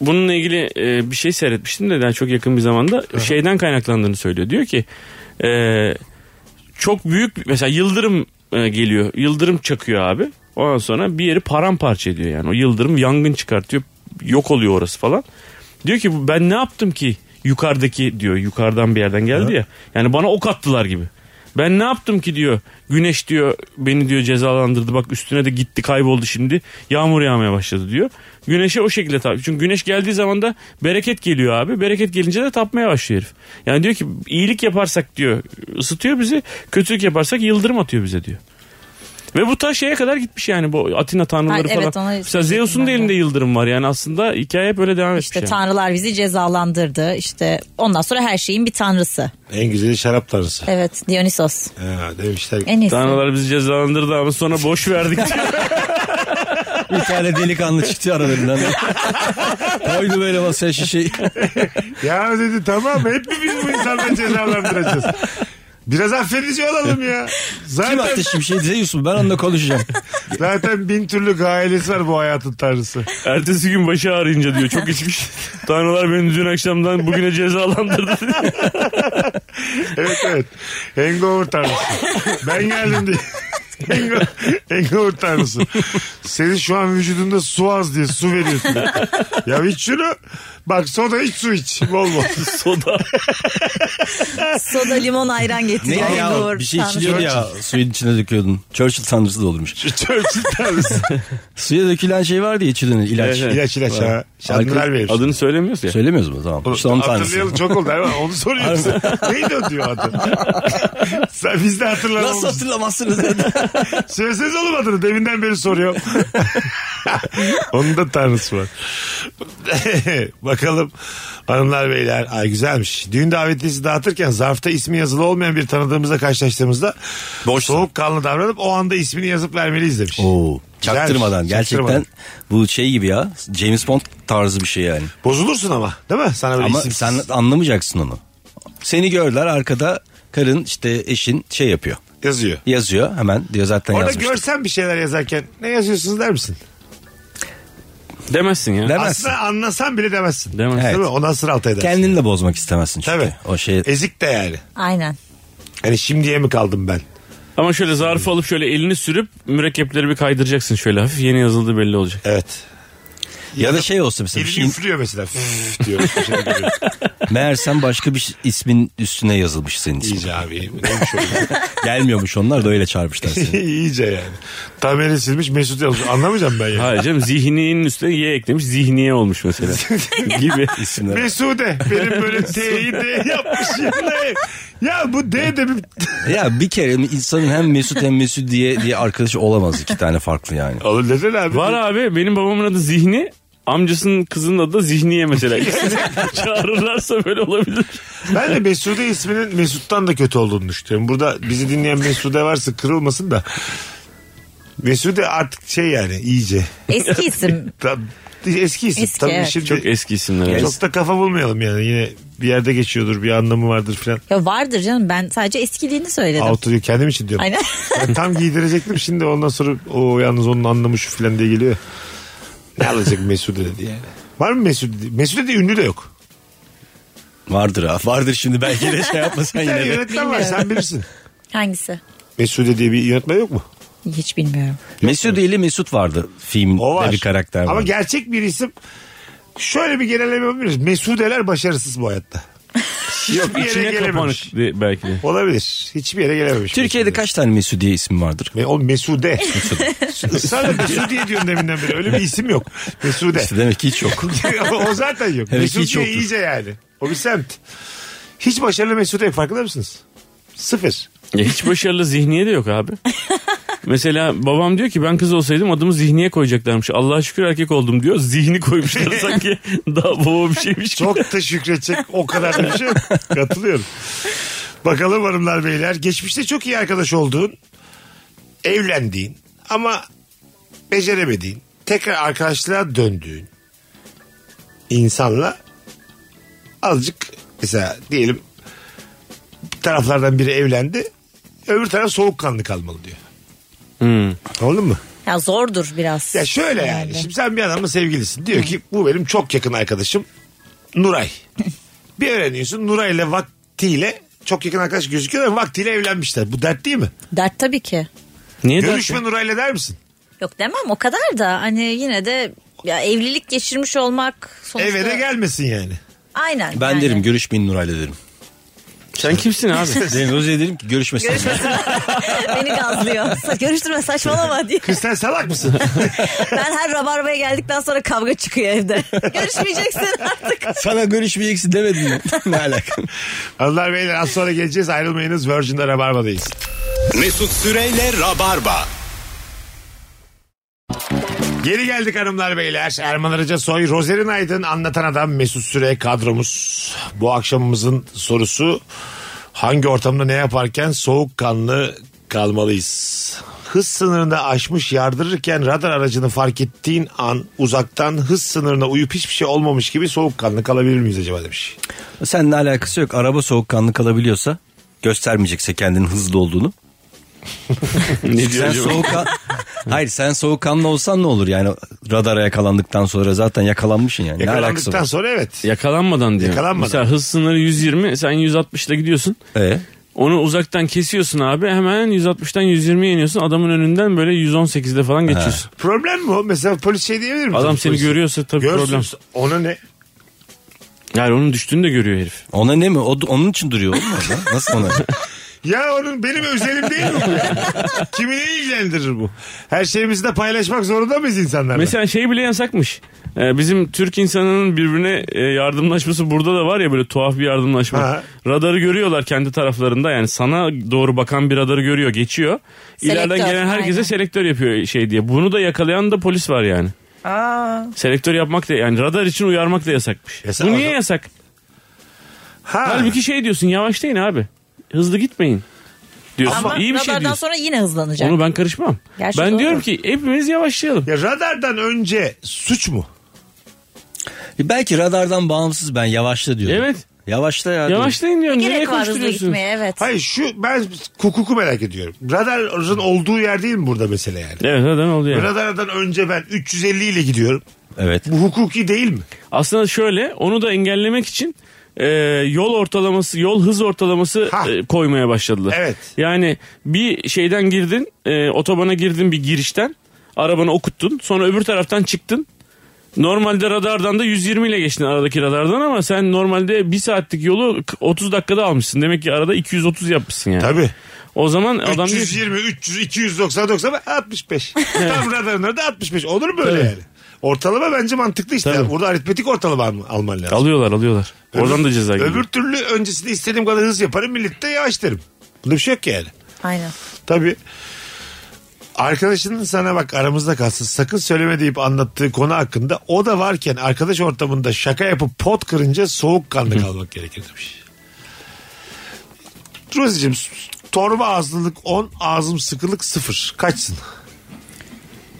Speaker 5: bununla ilgili e, bir şey seyretmiştim de daha çok yakın bir zamanda şeyden kaynaklandığını söylüyor. Diyor ki e, çok büyük mesela yıldırım e, geliyor. Yıldırım çakıyor abi. Ondan sonra bir yeri paramparça ediyor yani. O yıldırım yangın çıkartıyor. Yok oluyor orası falan. Diyor ki ben ne yaptım ki yukarıdaki diyor yukarıdan bir yerden geldi ya. Yani bana ok attılar gibi. Ben ne yaptım ki diyor. Güneş diyor beni diyor cezalandırdı. Bak üstüne de gitti kayboldu şimdi. Yağmur yağmaya başladı diyor. Güneşe o şekilde tabi. Çünkü güneş geldiği zaman da bereket geliyor abi. Bereket gelince de tapmaya başlıyor herif. Yani diyor ki iyilik yaparsak diyor ısıtıyor bizi. Kötülük yaparsak yıldırım atıyor bize diyor. Ve bu ta şeye kadar gitmiş yani bu Atina tanrıları
Speaker 3: Ha, evet,
Speaker 5: falan.
Speaker 3: ona
Speaker 5: Mesela Zeus'un da
Speaker 3: ben de.
Speaker 5: elinde yıldırım var yani aslında hikaye hep öyle devam etmiş.
Speaker 3: İşte
Speaker 5: yani.
Speaker 3: tanrılar bizi cezalandırdı. İşte ondan sonra her şeyin bir tanrısı.
Speaker 2: En güzeli şarap tanrısı.
Speaker 3: Evet Dionysos.
Speaker 2: Ha, demişler.
Speaker 3: En iyisi.
Speaker 5: Tanrılar bizi cezalandırdı ama sonra boş verdik.
Speaker 4: Bir tane delikanlı çıktı aralarından. Koydu böyle masaya şişeyi.
Speaker 2: Ya dedi tamam hep mi biz bu insanları cezalandıracağız? Biraz affedici olalım ya.
Speaker 4: Kim
Speaker 2: Zaten,
Speaker 4: attı şimşeği? Zeus mu? Ben onunla konuşacağım.
Speaker 2: zaten bin türlü gayelesi var bu hayatın tanrısı.
Speaker 5: Ertesi gün başı ağrıyınca diyor çok içmiş. Tanrılar beni dün akşamdan bugüne cezalandırdı.
Speaker 2: Evet evet. Hangover tanrısı. Ben geldim diye. Hango- Hangover tanrısı. Senin şu an vücudunda su az diye su veriyorsun. ya iç şunu. Bak soda iç su iç. Bol bol.
Speaker 5: Soda.
Speaker 3: Soda limon ayran
Speaker 4: ne
Speaker 3: getiriyor.
Speaker 4: ya?
Speaker 3: Yoğurt,
Speaker 4: bir şey
Speaker 3: tanrı.
Speaker 4: içiliyordu ya. Suyun içine döküyordun. Churchill tanrısı da olurmuş.
Speaker 2: Churchill tanrısı.
Speaker 4: Suya dökülen şey var diye içilen ilaç.
Speaker 5: Evet, evet.
Speaker 2: İlaç ilaç ha. Şandılar
Speaker 4: Alkol-
Speaker 2: verir.
Speaker 5: Adını söylemiyoruz ya.
Speaker 2: Şey-
Speaker 4: Söylemiyoruz mu? Tamam. İşte onun tanrısı.
Speaker 2: Hatırlayalım çok oldu. Hayvan. Onu soruyoruz. Neydi o diyor adı? Sen biz de hatırlamamız.
Speaker 4: hatırlamazsınız?
Speaker 2: Söyleseniz oğlum adını. Deminden beri soruyorum. Onun da tanrısı var. Bakalım hanımlar beyler. Ay güzelmiş. Düğün davetiyesi dağıtırken zarfta ismi yazılı olmayan bir tanıdığımızla karşılaştığımızda
Speaker 4: Boş
Speaker 2: soğukkanlı davranıp o anda ismini yazıp vermeliyiz demiş.
Speaker 4: Oo.
Speaker 2: Güzelmiş.
Speaker 4: Çaktırmadan gerçekten
Speaker 2: Çaktırmadan.
Speaker 4: bu şey gibi ya James Bond tarzı bir şey yani.
Speaker 2: Bozulursun ama değil mi? Sana böyle
Speaker 4: Ama
Speaker 2: isimsiz.
Speaker 4: sen anlamayacaksın onu. Seni gördüler arkada karın işte eşin şey yapıyor.
Speaker 2: yazıyor.
Speaker 4: Yazıyor hemen diyor zaten
Speaker 2: Orada
Speaker 4: yazmıştım.
Speaker 2: görsen bir şeyler yazarken ne yazıyorsunuz der misin?
Speaker 5: Demezsin ya.
Speaker 4: Demezsin.
Speaker 2: Aslında anlasan bile demezsin.
Speaker 5: Demezsin.
Speaker 2: Değil
Speaker 4: Evet.
Speaker 2: mi? Ondan sıra altı edersin.
Speaker 4: Kendini de bozmak istemezsin çünkü.
Speaker 2: Tabii.
Speaker 4: O şey
Speaker 2: Ezik de yani.
Speaker 3: Aynen.
Speaker 2: Hani şimdiye mi kaldım ben?
Speaker 5: Ama şöyle zarfı alıp şöyle elini sürüp mürekkepleri bir kaydıracaksın şöyle hafif yeni yazıldı belli olacak.
Speaker 2: Evet.
Speaker 4: ya da şey olsun mesela.
Speaker 2: Elini
Speaker 4: Şey,
Speaker 2: üflüyor mesela. Üf diyor. Bir şey geliyor.
Speaker 4: meğersem başka bir ismin üstüne yazılmış senin ismin.
Speaker 2: İyice abi. Neymiş o?
Speaker 4: Gelmiyormuş onlar da öyle çarpmışlar seni.
Speaker 2: İyice yani. Tamer'i silmiş Mesut yazmış. Anlamayacağım ben yani.
Speaker 5: Hayır canım zihninin üstüne y eklemiş zihniye olmuş mesela gibi.
Speaker 4: İsimler.
Speaker 2: Mesude benim böyle T'yi D yapmış yani. Ya bu D de bir...
Speaker 4: ya bir kere insanın hem Mesut hem Mesut diye diye arkadaşı olamaz iki tane farklı yani.
Speaker 2: Oğlum neden abi?
Speaker 5: Var abi benim babamın adı Zihni. Amcasının kızının adı da Zihniye mesela. İkisini Çağırırlarsa böyle olabilir.
Speaker 2: Ben de Mesude isminin Mesut'tan da kötü olduğunu düşünüyorum. Burada bizi dinleyen Mesude varsa kırılmasın da. Mesude artık şey yani iyice.
Speaker 3: Eski isim.
Speaker 2: Ta- Eski isim.
Speaker 3: Eski,
Speaker 2: Tabii
Speaker 3: evet.
Speaker 2: şimdi
Speaker 5: Çok
Speaker 2: çok,
Speaker 5: eski isimler. abi.
Speaker 2: da kafa bulmayalım yani. Yine bir yerde geçiyordur bir anlamı vardır filan.
Speaker 3: Ya vardır canım ben sadece eskiliğini söyledim.
Speaker 2: Auto diyor kendim için diyorum.
Speaker 3: Aynen.
Speaker 2: Ben tam giydirecektim şimdi ondan sonra o yalnız onun anlamı şu filan diye geliyor. Ne alacak Mesude dedi yani. Var mı Mesude? Mesude de ünlü de yok.
Speaker 4: Vardır ha. Vardır şimdi belki de şey yapmasan
Speaker 2: Bir tane
Speaker 4: yine de.
Speaker 2: yönetmen var sen bilirsin.
Speaker 3: Hangisi?
Speaker 2: Mesude diye bir yönetmen yok mu?
Speaker 3: Hiç bilmiyorum.
Speaker 4: Mesut değil Mesut vardı filmde
Speaker 2: O var.
Speaker 4: bir karakter
Speaker 2: Ama
Speaker 4: var.
Speaker 2: gerçek bir isim şöyle bir genelleme yapabiliriz. Mesudeler başarısız bu hayatta. Hiçbir yere
Speaker 5: İçine kapanık
Speaker 2: gelememiş.
Speaker 5: de- belki de.
Speaker 2: Olabilir. Hiçbir yere gelememiş.
Speaker 4: Türkiye'de
Speaker 2: Mesude.
Speaker 4: kaç tane Mesut diye ismi vardır?
Speaker 2: Me- o Mesude. Israrla Mesude diyorum deminden beri. Öyle bir isim yok. Mesude.
Speaker 4: İşte demek ki hiç yok.
Speaker 2: o zaten yok.
Speaker 4: Evet,
Speaker 2: Mesude
Speaker 4: hiç yoktur.
Speaker 2: iyice yani. O bir semt. Hiç başarılı Mesude yok. Farkında mısınız? Sıfır.
Speaker 5: Ya hiç başarılı Zihniye de yok abi. Mesela babam diyor ki ben kız olsaydım adımı Zihniye koyacaklarmış. Allah'a şükür erkek oldum diyor. Zihni koymuşlar sanki daha baba bir şeymiş. gibi.
Speaker 2: Çok da şükredecek o kadar da bir şey yok. Katılıyorum. Bakalım hanımlar beyler. Geçmişte çok iyi arkadaş olduğun, evlendiğin ama beceremediğin, tekrar arkadaşlığa döndüğün insanla azıcık mesela diyelim taraflardan biri evlendi. Öbür taraf soğukkanlı kalmalı diyor.
Speaker 5: Hmm.
Speaker 2: Anladın mı?
Speaker 3: Ya zordur biraz.
Speaker 2: Ya şöyle yani.
Speaker 3: Herhalde.
Speaker 2: Şimdi sen bir adamın sevgilisin. Diyor ki bu benim çok yakın arkadaşım Nuray. bir öğreniyorsun Nuray'la vaktiyle çok yakın arkadaş gözüküyor ve vaktiyle evlenmişler. Bu dert değil mi?
Speaker 3: Dert tabii ki.
Speaker 5: Niye dersin?
Speaker 2: Görüşme Nuray'la der misin?
Speaker 3: Yok demem o kadar da hani yine de ya evlilik geçirmiş olmak sonuçta.
Speaker 2: Eve de gelmesin yani.
Speaker 3: Aynen.
Speaker 4: Ben
Speaker 3: yani.
Speaker 4: derim görüşmeyin Nuray'la derim.
Speaker 5: Sen kimsin abi?
Speaker 4: Derim Rozi'ye derim ki görüşmesin.
Speaker 3: Beni gazlıyor. Sa- Görüştürme saçmalama diye.
Speaker 2: Kız sen salak mısın?
Speaker 3: Ben her rabarbaya geldikten sonra kavga çıkıyor evde. Görüşmeyeceksin artık.
Speaker 4: Sana görüşmeyeceksin demedim mi? ne alaka?
Speaker 2: Hanımlar beyler az sonra geleceğiz. Ayrılmayınız. Virgin'de Rabarba'dayız.
Speaker 1: Mesut Süreyle Rabarba.
Speaker 2: Geri geldik hanımlar beyler. Erman Arıca Soy, Rozerin Aydın, Anlatan Adam, Mesut Süre kadromuz. Bu akşamımızın sorusu hangi ortamda ne yaparken soğukkanlı kalmalıyız? Hız sınırında aşmış yardırırken radar aracını fark ettiğin an uzaktan hız sınırına uyup hiçbir şey olmamış gibi soğukkanlı kalabilir miyiz acaba demiş.
Speaker 4: Seninle alakası yok. Araba soğukkanlı kalabiliyorsa göstermeyecekse kendinin hızlı olduğunu.
Speaker 5: ne diyor
Speaker 4: Sen
Speaker 5: acaba?
Speaker 4: soğukkan... Hayır sen soğukkanlı olsan ne olur yani radara yakalandıktan sonra zaten yakalanmışsın yani. Ne alakası
Speaker 2: Yakalandıktan
Speaker 4: var?
Speaker 2: sonra evet.
Speaker 5: Yakalanmadan diyor.
Speaker 2: Yakalanmadan.
Speaker 5: Mesela hız sınırı 120 sen 160'la gidiyorsun.
Speaker 4: Ee?
Speaker 5: Onu uzaktan kesiyorsun abi hemen 160'tan 120'ye iniyorsun. Adamın önünden böyle 118'de falan geçiyorsun.
Speaker 2: Problem mi o? Mesela polis şey diyebilir mi?
Speaker 5: Adam
Speaker 2: Polis-
Speaker 5: seni görüyorsa tabii
Speaker 2: Görsün.
Speaker 5: problem.
Speaker 2: Ona ne?
Speaker 5: Yani onun düştüğünü de görüyor herif.
Speaker 4: Ona ne mi? O, onun için duruyor oğlum orada. Nasıl ona?
Speaker 2: Ya onun benim özelim değil mi bu? ya? Kimi ne ilgilendirir bu? Her şeyimizi de paylaşmak zorunda mıyız insanlarla?
Speaker 5: Mesela şey bile yasakmış. Ee, bizim Türk insanının birbirine e, yardımlaşması burada da var ya böyle tuhaf bir yardımlaşma.
Speaker 2: Ha.
Speaker 5: Radarı görüyorlar kendi taraflarında yani sana doğru bakan bir radarı görüyor geçiyor. İleriden
Speaker 3: Selektör,
Speaker 5: gelen herkese
Speaker 3: aynen.
Speaker 5: selektör yapıyor şey diye. Bunu da yakalayan da polis var yani. Selektör yapmak da yani radar için uyarmak da yasakmış.
Speaker 2: Yasak
Speaker 5: Bu
Speaker 2: o
Speaker 5: niye
Speaker 2: zaman.
Speaker 5: yasak?
Speaker 2: ha.
Speaker 5: Halbuki şey diyorsun yavaşlayın abi. Hızlı gitmeyin. Diyorsun.
Speaker 3: Ama
Speaker 5: İyi bir şey
Speaker 3: radardan
Speaker 5: diyorsun.
Speaker 3: sonra yine hızlanacak.
Speaker 5: Onu ben karışmam.
Speaker 3: Gerçi
Speaker 5: ben
Speaker 3: doğru.
Speaker 5: diyorum ki hepimiz yavaşlayalım.
Speaker 2: Ya radardan önce suç mu?
Speaker 4: E belki radardan bağımsız ben yavaşla diyorum.
Speaker 5: Evet.
Speaker 4: Yavaşla ya. diyorum.
Speaker 5: Yavaşlayın diyorum. Niye
Speaker 3: Gerek var hızlı
Speaker 5: koşturuyorsunuz?
Speaker 3: gitmeye evet.
Speaker 2: Hayır şu ben hukuku merak ediyorum. Radarın olduğu yer değil mi burada mesele yani?
Speaker 5: Evet zaten oldu yani.
Speaker 2: Radardan önce ben 350 ile gidiyorum.
Speaker 4: Evet.
Speaker 2: Bu hukuki değil mi?
Speaker 5: Aslında şöyle onu da engellemek için e, yol ortalaması, yol hız ortalaması
Speaker 2: Ha.
Speaker 5: e, koymaya başladılar.
Speaker 2: Evet.
Speaker 5: Yani bir şeyden girdin, e, otobana girdin bir girişten, arabanı okuttun, sonra öbür taraftan çıktın. Normalde radardan da 120 ile geçtin aradaki radardan ama sen normalde bir saatlik yolu 30 dakikada almışsın. Demek ki arada 230 yapmışsın yani.
Speaker 2: Tabii.
Speaker 5: O zaman adam diyor ki-
Speaker 2: 320, 300, 290, 90, 65. Tam radarın orada 65. Olur mu böyle
Speaker 5: Tabii.
Speaker 2: yani? Ortalama bence mantıklı işte.
Speaker 5: Tabii.
Speaker 2: Burada aritmetik ortalama alm- alman lazım.
Speaker 5: alıyorlar alıyorlar.
Speaker 2: Öbür-
Speaker 5: Oradan da ceza geliyor.
Speaker 2: Öbür türlü öncesinde istediğim kadar hız yaparım millette yavaş derim. Bunda bir şey yok yani.
Speaker 3: Aynen.
Speaker 2: Tabii. Arkadaşının sana bak aramızda kalsın sakın söyleme deyip anlattığı konu hakkında o da varken arkadaş ortamında şaka yapıp pot kırınca soğukkanlı kalmak gerekir demiş. Rozi'cim torba ağızlılık 10 ağzım sıkılık 0 kaçsın?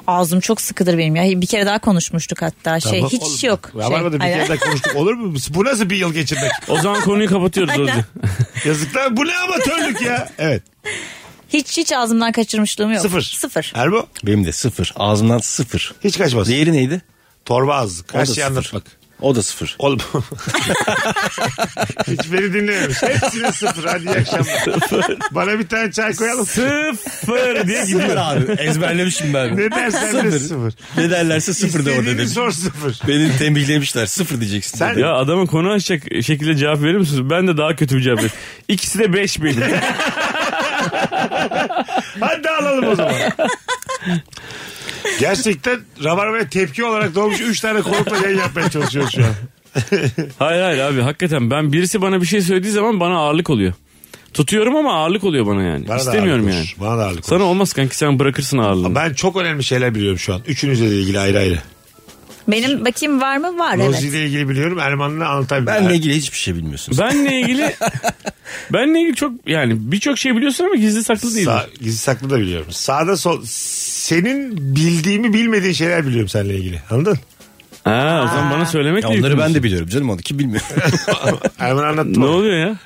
Speaker 3: Ağzım çok sıkıdır benim ya. Bir kere daha konuşmuştuk hatta. Şey
Speaker 2: Tamam.
Speaker 3: hiç
Speaker 2: Oğlum,
Speaker 3: yok. Şey,
Speaker 2: Ya var mı da bir
Speaker 3: Aynen.
Speaker 2: kere daha konuştuk olur mu? Bu nasıl bir yıl geçirmek?
Speaker 5: O zaman konuyu kapatıyoruz
Speaker 3: Aynen.
Speaker 5: orada.
Speaker 2: Yazıklar bu ne amatörlük ya? Evet
Speaker 3: Hiç hiç ağzımdan kaçırmışlığım yok.
Speaker 2: sıfır.
Speaker 3: Sıfır.
Speaker 2: Erbo
Speaker 4: Benim de sıfır. Ağzımdan sıfır.
Speaker 2: hiç kaçmaz.
Speaker 4: Diğeri neydi?
Speaker 2: Torba ağızlık
Speaker 4: O
Speaker 2: her
Speaker 4: da
Speaker 2: şeyi
Speaker 4: sıfır.
Speaker 2: anlatmak.
Speaker 4: O da sıfır.
Speaker 2: Oğlum. Hiç beni dinlememiş. Hepsine sıfır. Hadi iyi akşamlar. Bana bir tane çay koyalım.
Speaker 5: Sıfır diye gidiyor.
Speaker 4: Sıfır abi. Ezberlemişim ben.
Speaker 2: Ne dersen de sıfır.
Speaker 4: Ne derlerse sıfır de orada
Speaker 2: İstediğini
Speaker 4: dedim.
Speaker 2: sor sıfır.
Speaker 4: Beni tembihlemişler. Sıfır diyeceksin.
Speaker 2: Sen-
Speaker 4: dedi.
Speaker 5: Ya adama konu açacak şekilde cevap verir misiniz? Ben de daha kötü bir cevap veririm. İkisi de 5 benim.
Speaker 2: Hadi alalım o zaman. Gerçekten Rabarba'ya tepki olarak doğmuş 3 tane konukla yayın yapmaya çalışıyor şu an.
Speaker 5: hayır hayır abi hakikaten ben birisi bana bir şey söylediği zaman bana ağırlık oluyor. Tutuyorum ama ağırlık oluyor bana yani.
Speaker 2: Bana da
Speaker 5: İstemiyorum
Speaker 2: ağırlık
Speaker 5: yani.
Speaker 2: olur. Bana da ağırlık
Speaker 5: Sana olmaz kanki sen bırakırsın ağırlığını.
Speaker 2: Ben çok önemli şeyler biliyorum şu an. Üçünüzle de ilgili ayrı ayrı.
Speaker 3: Benim bakayım var mı? Var
Speaker 2: Rozi
Speaker 3: evet.
Speaker 2: ile ilgili biliyorum. Erman'la anlatabilirim.
Speaker 4: Benle ilgili hiçbir şey bilmiyorsun.
Speaker 5: Benle ilgili benle ilgili çok yani birçok şey biliyorsun ama gizli saklı değil.
Speaker 2: Sağ, gizli saklı da biliyorum. Sağda sol senin bildiğimi bilmediğin şeyler biliyorum seninle ilgili. Anladın?
Speaker 5: Ha, o zaman bana
Speaker 4: Ya
Speaker 5: söylemekle
Speaker 4: onları ben
Speaker 5: yükümlüsün.
Speaker 4: de biliyorum canım onu ki bilmiyor.
Speaker 2: Erman anlattı.
Speaker 5: Ne
Speaker 2: bana.
Speaker 5: oluyor ya?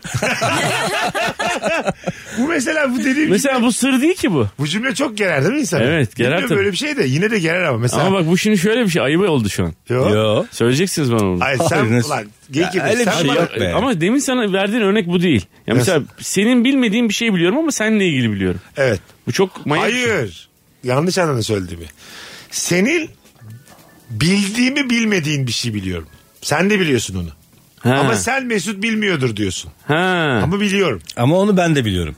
Speaker 2: Bu mesela bu dediğim
Speaker 5: Mesela bu sır değil ki bu.
Speaker 2: bu cümle çok gerer değil mi insan?
Speaker 5: Evet, gerer tabii.
Speaker 2: böyle bir şey de yine de gerer ama mesela.
Speaker 5: Ama bak bu şimdi şöyle bir şey ayıp oldu şu an.
Speaker 2: Yo.
Speaker 5: Söyleyeceksiniz bana onu.
Speaker 2: Hayır
Speaker 4: Hayır,
Speaker 2: sen
Speaker 4: nasıl-
Speaker 2: ulan geyik
Speaker 4: Ya,
Speaker 2: gibi.
Speaker 4: öyle bir
Speaker 2: Sen
Speaker 4: şey
Speaker 2: bana-
Speaker 4: yok. be.
Speaker 5: Ama demin sana verdiğin örnek bu değil. Ya mesela senin bilmediğin bir şey biliyorum ama seninle ilgili biliyorum.
Speaker 2: Evet.
Speaker 5: Bu çok manyak. bir şey.
Speaker 2: Hayır. Yanlış anladın söylediğimi. Senin bildiğimi bilmediğin bir şey biliyorum. Sen de biliyorsun onu.
Speaker 5: Ha.
Speaker 2: Ama sen Mesut bilmiyordur diyorsun.
Speaker 5: ha.
Speaker 2: Ama biliyorum.
Speaker 4: Ama onu ben de biliyorum.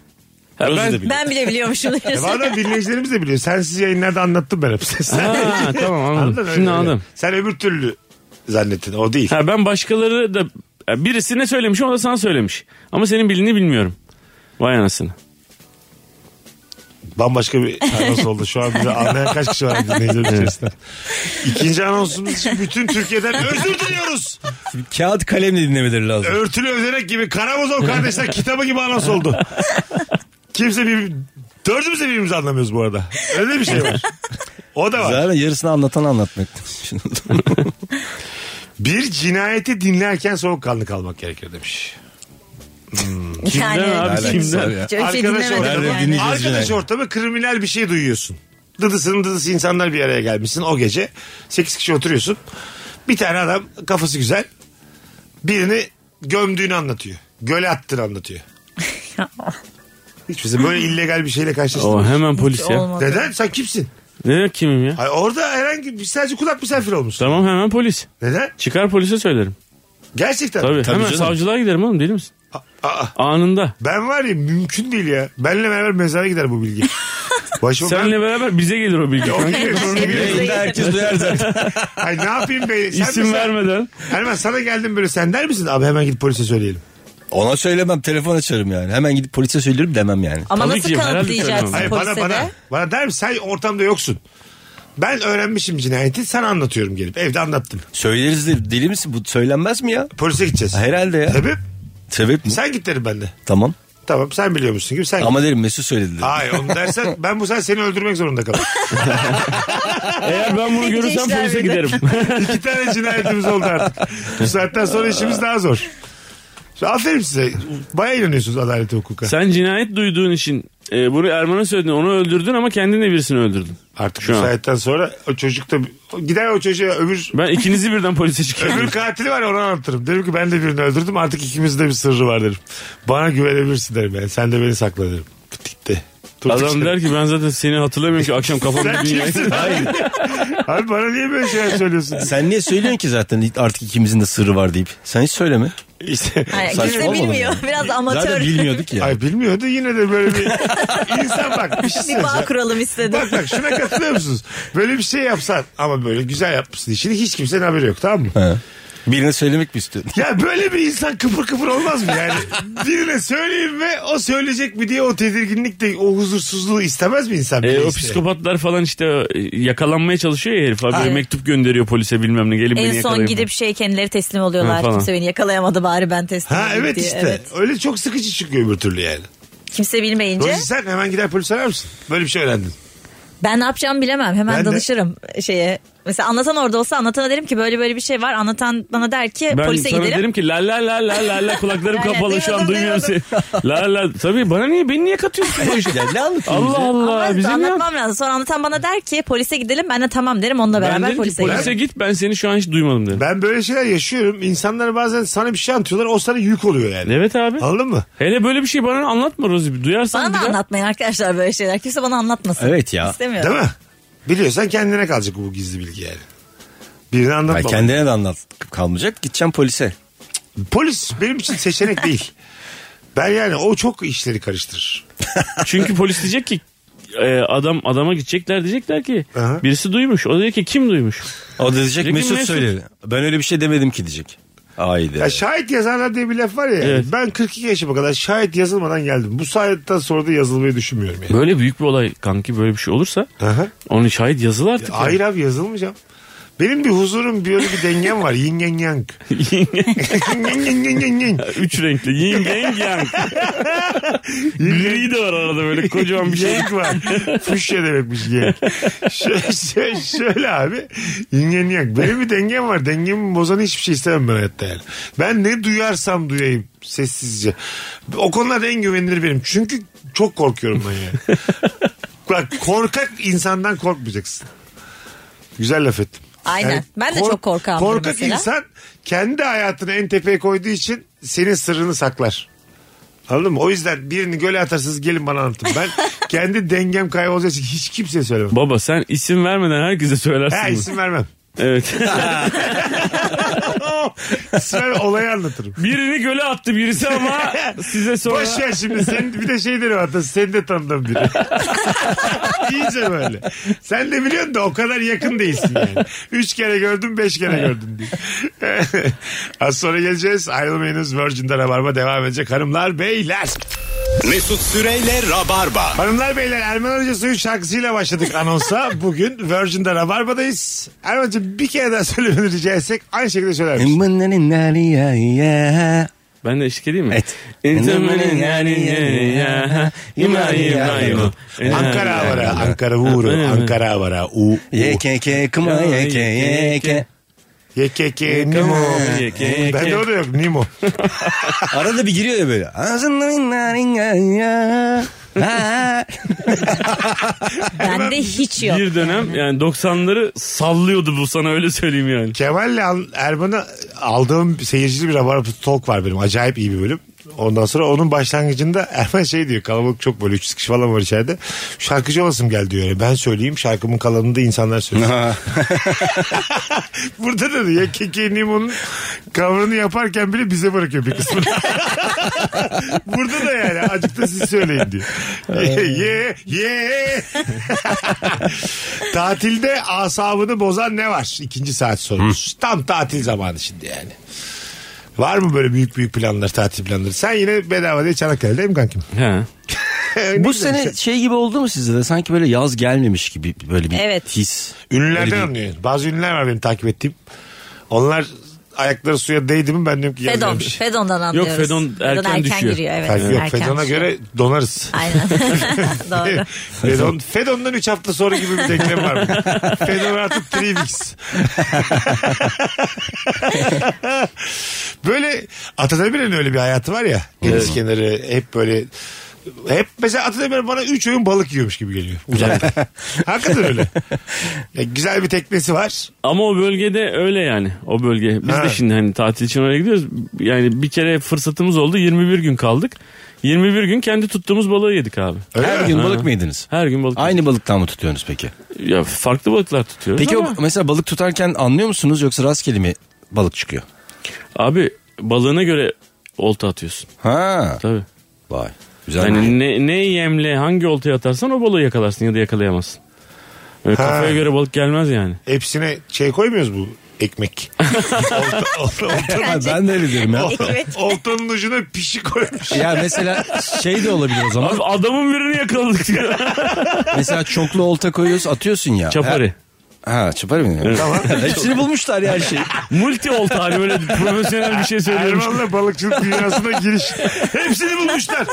Speaker 5: Ha,
Speaker 4: Rozi de
Speaker 5: ben...
Speaker 4: biliyor.
Speaker 3: Ben bile biliyormuşum.
Speaker 2: E valla dinleyicilerimiz de biliyor. Sensiz yayınlarda anlattım ben hepsini. Sen-
Speaker 5: Ha, tamam anladım.
Speaker 2: Anladın, öyle
Speaker 5: Şimdi
Speaker 2: öyle.
Speaker 5: anladım.
Speaker 2: Sen öbür türlü zannettin. O değil.
Speaker 5: Ha, ben başkaları da ya birisi ne söylemiş o da sana söylemiş. Ama senin bilini bilmiyorum. Vay anasını.
Speaker 2: Bambaşka bir anons oldu. Şu an bizi anlayan kaç kişi var dinleyicilerin içerisinde. İkinci anonsumuz için bütün Türkiye'den özür diliyoruz.
Speaker 4: Kağıt kalemle dinlemeleri lazım.
Speaker 2: Örtülü özenek gibi Karamazov kardeşler kitabı gibi anons oldu. Kimse bir... Dördümüz de birbirimizi anlamıyoruz bu arada. Öyle bir şey var. O da var.
Speaker 4: Zaten yarısını anlatan anlatmak. Şimdi-
Speaker 2: Bir cinayeti dinlerken soğukkanlı kalmak gerekir demiş.
Speaker 3: yani
Speaker 5: Kimden abi,
Speaker 3: hiç-
Speaker 5: kimden?
Speaker 3: Hiç öyle şey
Speaker 2: Arkadaş
Speaker 3: dinlemedim
Speaker 2: ortamı,
Speaker 4: Nerede
Speaker 3: yani.
Speaker 4: dinleyeceğiz
Speaker 2: arkadaş
Speaker 4: cinayeti?
Speaker 2: ortamı kriminal bir şey duyuyorsun. Dıdısının dıdısı insanlar bir araya gelmişsin o gece. 8 kişi oturuyorsun. Bir tane adam kafası güzel. Birini gömdüğünü anlatıyor. Göle attığını anlatıyor. Hiç bize böyle illegal bir şeyle
Speaker 5: O
Speaker 2: karşılaştın.
Speaker 5: hemen polis ya.
Speaker 3: Olmadı.
Speaker 2: Neden? Sen kimsin?
Speaker 5: Ne demek kimim ya?
Speaker 2: Hayır, orada herhangi bir sadece kulak misafir olmuşsun.
Speaker 5: Tamam hemen polis.
Speaker 2: Neden?
Speaker 5: Çıkar polise söylerim.
Speaker 2: Gerçekten.
Speaker 5: Tabii.
Speaker 4: Tabii
Speaker 5: hemen
Speaker 4: canım.
Speaker 5: savcılığa giderim oğlum değil misin?
Speaker 2: Aa,
Speaker 5: Anında.
Speaker 2: ben var ya mümkün değil ya. Benle beraber mezara gider bu bilgi. Başım
Speaker 5: Seninle beraber bize gelir o bilgi. Kanka,
Speaker 3: Hepimize
Speaker 4: Herkes duyar zaten.
Speaker 2: Ay ne yapayım be? Sen
Speaker 5: İsim
Speaker 2: mesela-
Speaker 5: vermeden.
Speaker 2: Erman sana geldim böyle sen der misin? Abi hemen git polise söyleyelim.
Speaker 4: Ona söylemem telefon açarım yani. Hemen gidip polise söylerim demem yani.
Speaker 3: Ama
Speaker 5: Tabii
Speaker 3: nasıl
Speaker 5: ki, herhalde
Speaker 3: kanıtlayacaksın
Speaker 5: söylemem.
Speaker 2: Hayır
Speaker 3: polise
Speaker 2: bana
Speaker 3: de?
Speaker 2: bana. Bana der misin? Sen ortamda yoksun. Ben öğrenmişim cinayeti sana anlatıyorum gelip. Evde anlattım.
Speaker 4: Söyleriz de deli misin bu söylenmez mi ya?
Speaker 2: Polise gideceğiz.
Speaker 4: Herhalde ya.
Speaker 2: Sebep?
Speaker 4: Sebep mi?
Speaker 2: Sen git derim ben de.
Speaker 4: Tamam.
Speaker 2: Tamam sen biliyormuşsun gibi sen
Speaker 4: Ama derim Mesut söyledi. derim.
Speaker 2: Hayır onu dersen ben bu sefer seni öldürmek zorunda kalırım.
Speaker 5: Eğer ben bunu görürsem
Speaker 3: işler
Speaker 5: polise
Speaker 3: bir de.
Speaker 5: giderim.
Speaker 2: İki tane cinayetimiz oldu artık. Bu saatten sonra işimiz daha zor. Şimdi Aferin size. Baya inanıyorsunuz adalete hukuka.
Speaker 5: Sen cinayet duyduğun için e, bunu Erman'a söyledin. Onu öldürdün ama kendin de birisini öldürdün.
Speaker 2: Artık
Speaker 5: Şu
Speaker 2: bu
Speaker 5: an.
Speaker 2: saatten sonra o çocuk da gider o çocuğa öbür
Speaker 5: Ben ikinizi birden polise
Speaker 2: öbür
Speaker 5: çıkarıyorum.
Speaker 2: katili var ya ona anlatırım. Derim ki ben de birini öldürdüm artık ikimizin de bir sırrı var derim. Bana güvenebilirsin derim yani. Sen de beni sakla derim. Gitti. Dur
Speaker 5: Adam
Speaker 2: dışarı.
Speaker 5: der ki ben zaten seni hatırlamıyorum ki akşam kafamda
Speaker 2: Sen
Speaker 5: dünyayı.
Speaker 2: kimsin? Hayır. Abi bana niye böyle şeyler söylüyorsun?
Speaker 4: Sen niye söylüyorsun ki zaten artık ikimizin de sırrı var deyip? Sen hiç söyleme.
Speaker 2: İşte
Speaker 3: Hayır,
Speaker 4: Saçma
Speaker 3: kimse
Speaker 4: olmadı mı?
Speaker 3: bilmiyor. Biraz amatör.
Speaker 4: Zaten bilmiyorduk ya.
Speaker 2: Ay bilmiyordu yine de böyle bir insan bak bir şey
Speaker 3: bir
Speaker 2: söyleyeceğim.
Speaker 3: bağ kuralım istedim.
Speaker 2: Bak bak şuna katılıyor musunuz? Böyle bir şey yapsan ama böyle güzel yapmışsın işini hiç kimsenin haberi yok tamam mı?
Speaker 4: He. Birine söylemek mi istiyordun?
Speaker 2: Ya böyle bir insan kıpır kıpır olmaz mı yani? Birine söyleyeyim ve o söyleyecek mi diye o tedirginlik de o huzursuzluğu istemez mi insan?
Speaker 5: E, o
Speaker 2: Birisi?
Speaker 5: psikopatlar falan işte e, yakalanmaya çalışıyor ya herif. Abi
Speaker 3: Aynen.
Speaker 5: mektup gönderiyor polise bilmem ne gelin beni
Speaker 3: En
Speaker 5: yakalayın.
Speaker 3: son gidip şey kendileri teslim oluyorlar.
Speaker 5: Ha, falan.
Speaker 3: Kimse beni yakalayamadı bari ben teslim
Speaker 2: Ha
Speaker 3: olayım
Speaker 2: evet
Speaker 3: diye.
Speaker 2: işte.
Speaker 3: Evet.
Speaker 2: Öyle çok sıkıcı çıkıyor öbür türlü yani.
Speaker 3: Kimse bilmeyince
Speaker 2: Rozi sen hemen gider polis arar mısın? Böyle bir şey öğrendin.
Speaker 3: ben ne yapacağımı bilemem. Hemen
Speaker 2: Ben de-
Speaker 3: danışırım şeye. Mesela anlatan orada olsa anlatana derim ki böyle böyle bir şey var. Anlatan bana der ki
Speaker 5: Ben
Speaker 3: şey, polise
Speaker 5: sana
Speaker 3: gidelim.
Speaker 5: derim ki la la la la la la kulaklarım
Speaker 3: Aynen,
Speaker 5: kapalı şu an
Speaker 3: duymadım,
Speaker 5: duymuyorum seni. La la tabii bana niye beni niye katıyorsun bu işe?
Speaker 4: Ya ne anlatıyorsun
Speaker 5: Allah
Speaker 4: bize?
Speaker 5: Allah
Speaker 3: Ama
Speaker 5: bize ne yap-
Speaker 3: anlatmam lazım. Sonra anlatan bana der ki polise gidelim. Ben de tamam derim onunla
Speaker 5: Ben
Speaker 3: beraber
Speaker 5: derim ki
Speaker 3: polise gidelim.
Speaker 5: polise git ben seni şu an hiç duymadım derim.
Speaker 2: Ben böyle şeyler yaşıyorum. İnsanlar bazen sana bir şey anlatıyorlar o sana yük oluyor yani.
Speaker 5: Evet abi.
Speaker 2: Anladın mı?
Speaker 5: Hele böyle bir şey bana anlatma Rozi. Duyarsan
Speaker 3: Bana
Speaker 5: bir
Speaker 3: da
Speaker 5: daha-
Speaker 3: anlatmayın arkadaşlar böyle şeyler. Kimse bana anlatmasın.
Speaker 4: Evet ya.
Speaker 3: İstemiyorum.
Speaker 2: Değil mi? Biliyorsan kendine kalacak bu gizli bilgi yani. Birini
Speaker 4: Ya
Speaker 2: anlatma.
Speaker 4: kendine de anlat kalmayacak. Gideceğim polise.
Speaker 2: Polis benim için seçenek değil. Ben yani o çok işleri karıştırır.
Speaker 5: Çünkü polis diyecek ki e, adam adama gidecekler diyecekler ki
Speaker 2: Aha.
Speaker 5: birisi duymuş. O diyor ki kim duymuş?
Speaker 4: O da diyecek
Speaker 5: Peki
Speaker 4: Mesut,
Speaker 5: Mesut.
Speaker 4: söyledi. Ben öyle bir şey demedim ki diyecek. Haydi.
Speaker 2: Ya şahit yazarlar diye bir laf var ya.
Speaker 5: Evet.
Speaker 2: Ben 42 yaşıma kadar şahit yazılmadan geldim. Bu saatten sonra da yazılmayı düşünmüyorum yani.
Speaker 5: Böyle büyük bir olay kanki böyle bir şey olursa
Speaker 2: Aha.
Speaker 5: onu şahit yazılı artık. ya.
Speaker 2: Hayır abi yazılmayacağım. Benim bir huzurum, bir öyle bir dengem var. Yin yang yang. Yin yang yang yang yang.
Speaker 5: Üç renkli. Yin yang yang. Gri de var arada böyle kocaman bir şey.
Speaker 2: Yang var. Fuşya demekmiş yang. Şöyle, şöyle, şöyle abi. Yin yang yang. Benim bir dengem var. Dengemi bozan hiçbir şey istemem ben hayatta yani. Ben ne duyarsam duyayım sessizce. O konularda en güvenilir benim. Çünkü çok korkuyorum ben yani. Bak korkak insandan korkmayacaksın. Güzel laf ettim.
Speaker 3: Aynen. Ben de çok korkağımdır
Speaker 2: Korkak
Speaker 3: mesela.
Speaker 2: insan kendi hayatını en tepeye koyduğu için senin sırrını saklar. Anladın mı? O yüzden birini göle atarsınız gelin bana anlatın. Ben kendi dengem kaybolacağı için hiç kimseye söylemem.
Speaker 5: Baba sen isim vermeden herkese söylersin.
Speaker 2: Ha
Speaker 5: bunu.
Speaker 2: isim vermem.
Speaker 5: Evet.
Speaker 2: İsim vermem, olayı anlatırım.
Speaker 5: Birini göle attı birisi ama size sonra...
Speaker 2: Boş ver şimdi sen bir de şey derim hatta seni de tanıdığım biri. İyice böyle. Sen de biliyorsun da o kadar yakın değilsin yani. Üç kere gördüm beş kere gördüm diye. Az sonra geleceğiz. Ayrılmayınız Virgin'de Rabarba devam edecek hanımlar beyler.
Speaker 1: Mesut Süreyle Rabarba.
Speaker 2: Hanımlar beyler Erman Hoca Suyu şarkısıyla başladık anonsa. Bugün Virgin'de Rabarba'dayız. Erman'cığım bir kere daha söylemeni rica etsek aynı şekilde söyler misin?
Speaker 5: Ben de eşlik edeyim mi?
Speaker 4: Et.
Speaker 2: Ankara Avara, Ankara Uğru, Ankara Avara, U. U.
Speaker 4: YKK kıma yeke yeke.
Speaker 2: YKK Nimo.
Speaker 5: YKK.
Speaker 2: Bende o da yok Nimo.
Speaker 4: Arada bir giriyor ya böyle. Ağzından inna inna ya. Ha.
Speaker 3: Bende hiç yok.
Speaker 5: Bir dönem yani 90'ları sallıyordu bu sana öyle söyleyeyim yani.
Speaker 2: Kemal'le Al- Erman'a aldığım seyircili bir Rabarba Talk var benim. Acayip iyi bir bölüm. Ondan sonra onun başlangıcında Erman şey diyor kalabalık çok böyle 300 kişi falan var içeride. Şarkıcı olasım geldi diyor. öyle. Ben söyleyeyim şarkımın kalanını da insanlar söylesin. Burada da ya Keke Nimon'un cover'ını yaparken bile bize bırakıyor bir kısmını. Burada da yani azıcık da siz söyleyin diyor. Ye ye ye. Tatilde asabını bozan ne var? İkinci saat sorumuz. Tam tatil zamanı şimdi yani. Var mı böyle büyük büyük planlar, tatil planları? Sen yine bedava diye Çanakkale'de mi kankim?
Speaker 5: He.
Speaker 2: Ne
Speaker 4: Bu
Speaker 2: güzel
Speaker 4: sene
Speaker 2: şey.
Speaker 4: şey gibi oldu mu sizde de sanki böyle yaz gelmemiş gibi böyle bir
Speaker 3: Evet.
Speaker 4: his. Öyle
Speaker 2: Ünlülerden
Speaker 4: bir-
Speaker 2: anlıyorsun. Bazı ünlüler var benim takip ettiğim. Onlar ayakları suya değdi mi ben diyorum ki yaz
Speaker 3: Fedon.
Speaker 2: gelmiş.
Speaker 3: Fedon'dan anlıyoruz.
Speaker 5: Fedon erken düşüyor.
Speaker 3: giriyor. Evet,
Speaker 2: Fer- Yok
Speaker 3: erken şey.
Speaker 2: Fedon'a
Speaker 3: düşüyor.
Speaker 2: göre donarız.
Speaker 3: Aynen. Doğru.
Speaker 2: Fedon, Fedon'dan 3 hafta sonra gibi bir denklem var. mı? Fedon artık 3 weeks. böyle Atademir'in öyle bir hayatı var ya. Deniz kenarı hep böyle hep mesela Atademir bana 3 öğün balık yiyormuş gibi geliyor. Uzakta. Hakikaten öyle. Ya güzel bir teknesi var.
Speaker 5: Ama o bölgede öyle yani. O bölge. Biz
Speaker 2: Ha.
Speaker 5: de şimdi hani tatil için oraya gidiyoruz. Yani bir kere fırsatımız oldu. 21 gün kaldık. 21 gün kendi tuttuğumuz balığı yedik abi.
Speaker 2: Öyle
Speaker 4: Her
Speaker 2: mi?
Speaker 4: gün balık mı yediniz?
Speaker 5: Her gün balık.
Speaker 4: Aynı balıktan mı tutuyorsunuz peki?
Speaker 5: Ya farklı balıklar tutuyoruz
Speaker 4: Peki
Speaker 5: ama-
Speaker 4: o, mesela balık tutarken anlıyor musunuz yoksa rastgele mi balık çıkıyor?
Speaker 5: Abi balığına göre olta atıyorsun.
Speaker 4: Ha.
Speaker 5: Tabii.
Speaker 4: Vay. Güzel.
Speaker 5: Yani ne, ne yemle hangi oltaya atarsan o balığı yakalarsın ya da yakalayamazsın. Öyle
Speaker 2: Ha.
Speaker 5: kafaya göre balık gelmez yani.
Speaker 2: Hepsine şey koymuyoruz bu ekmek. olta, olta, olta,
Speaker 4: Ha, ben de öyle diyorum ya.
Speaker 2: oltanın ucuna pişi koymuş.
Speaker 4: ya mesela şey de olabilir o zaman.
Speaker 5: Abi adamın birini yakaladık ya.
Speaker 4: mesela çoklu olta koyuyoruz atıyorsun ya.
Speaker 5: Çapari.
Speaker 4: Ha, ha çapari mi? Tamam. Hepsini bulmuşlar ya şey. her şeyi.
Speaker 5: Multi olta hani böyle profesyonel bir şey söylüyormuş.
Speaker 2: Erman'la balıkçılık dünyasına giriş. Hepsini bulmuşlar.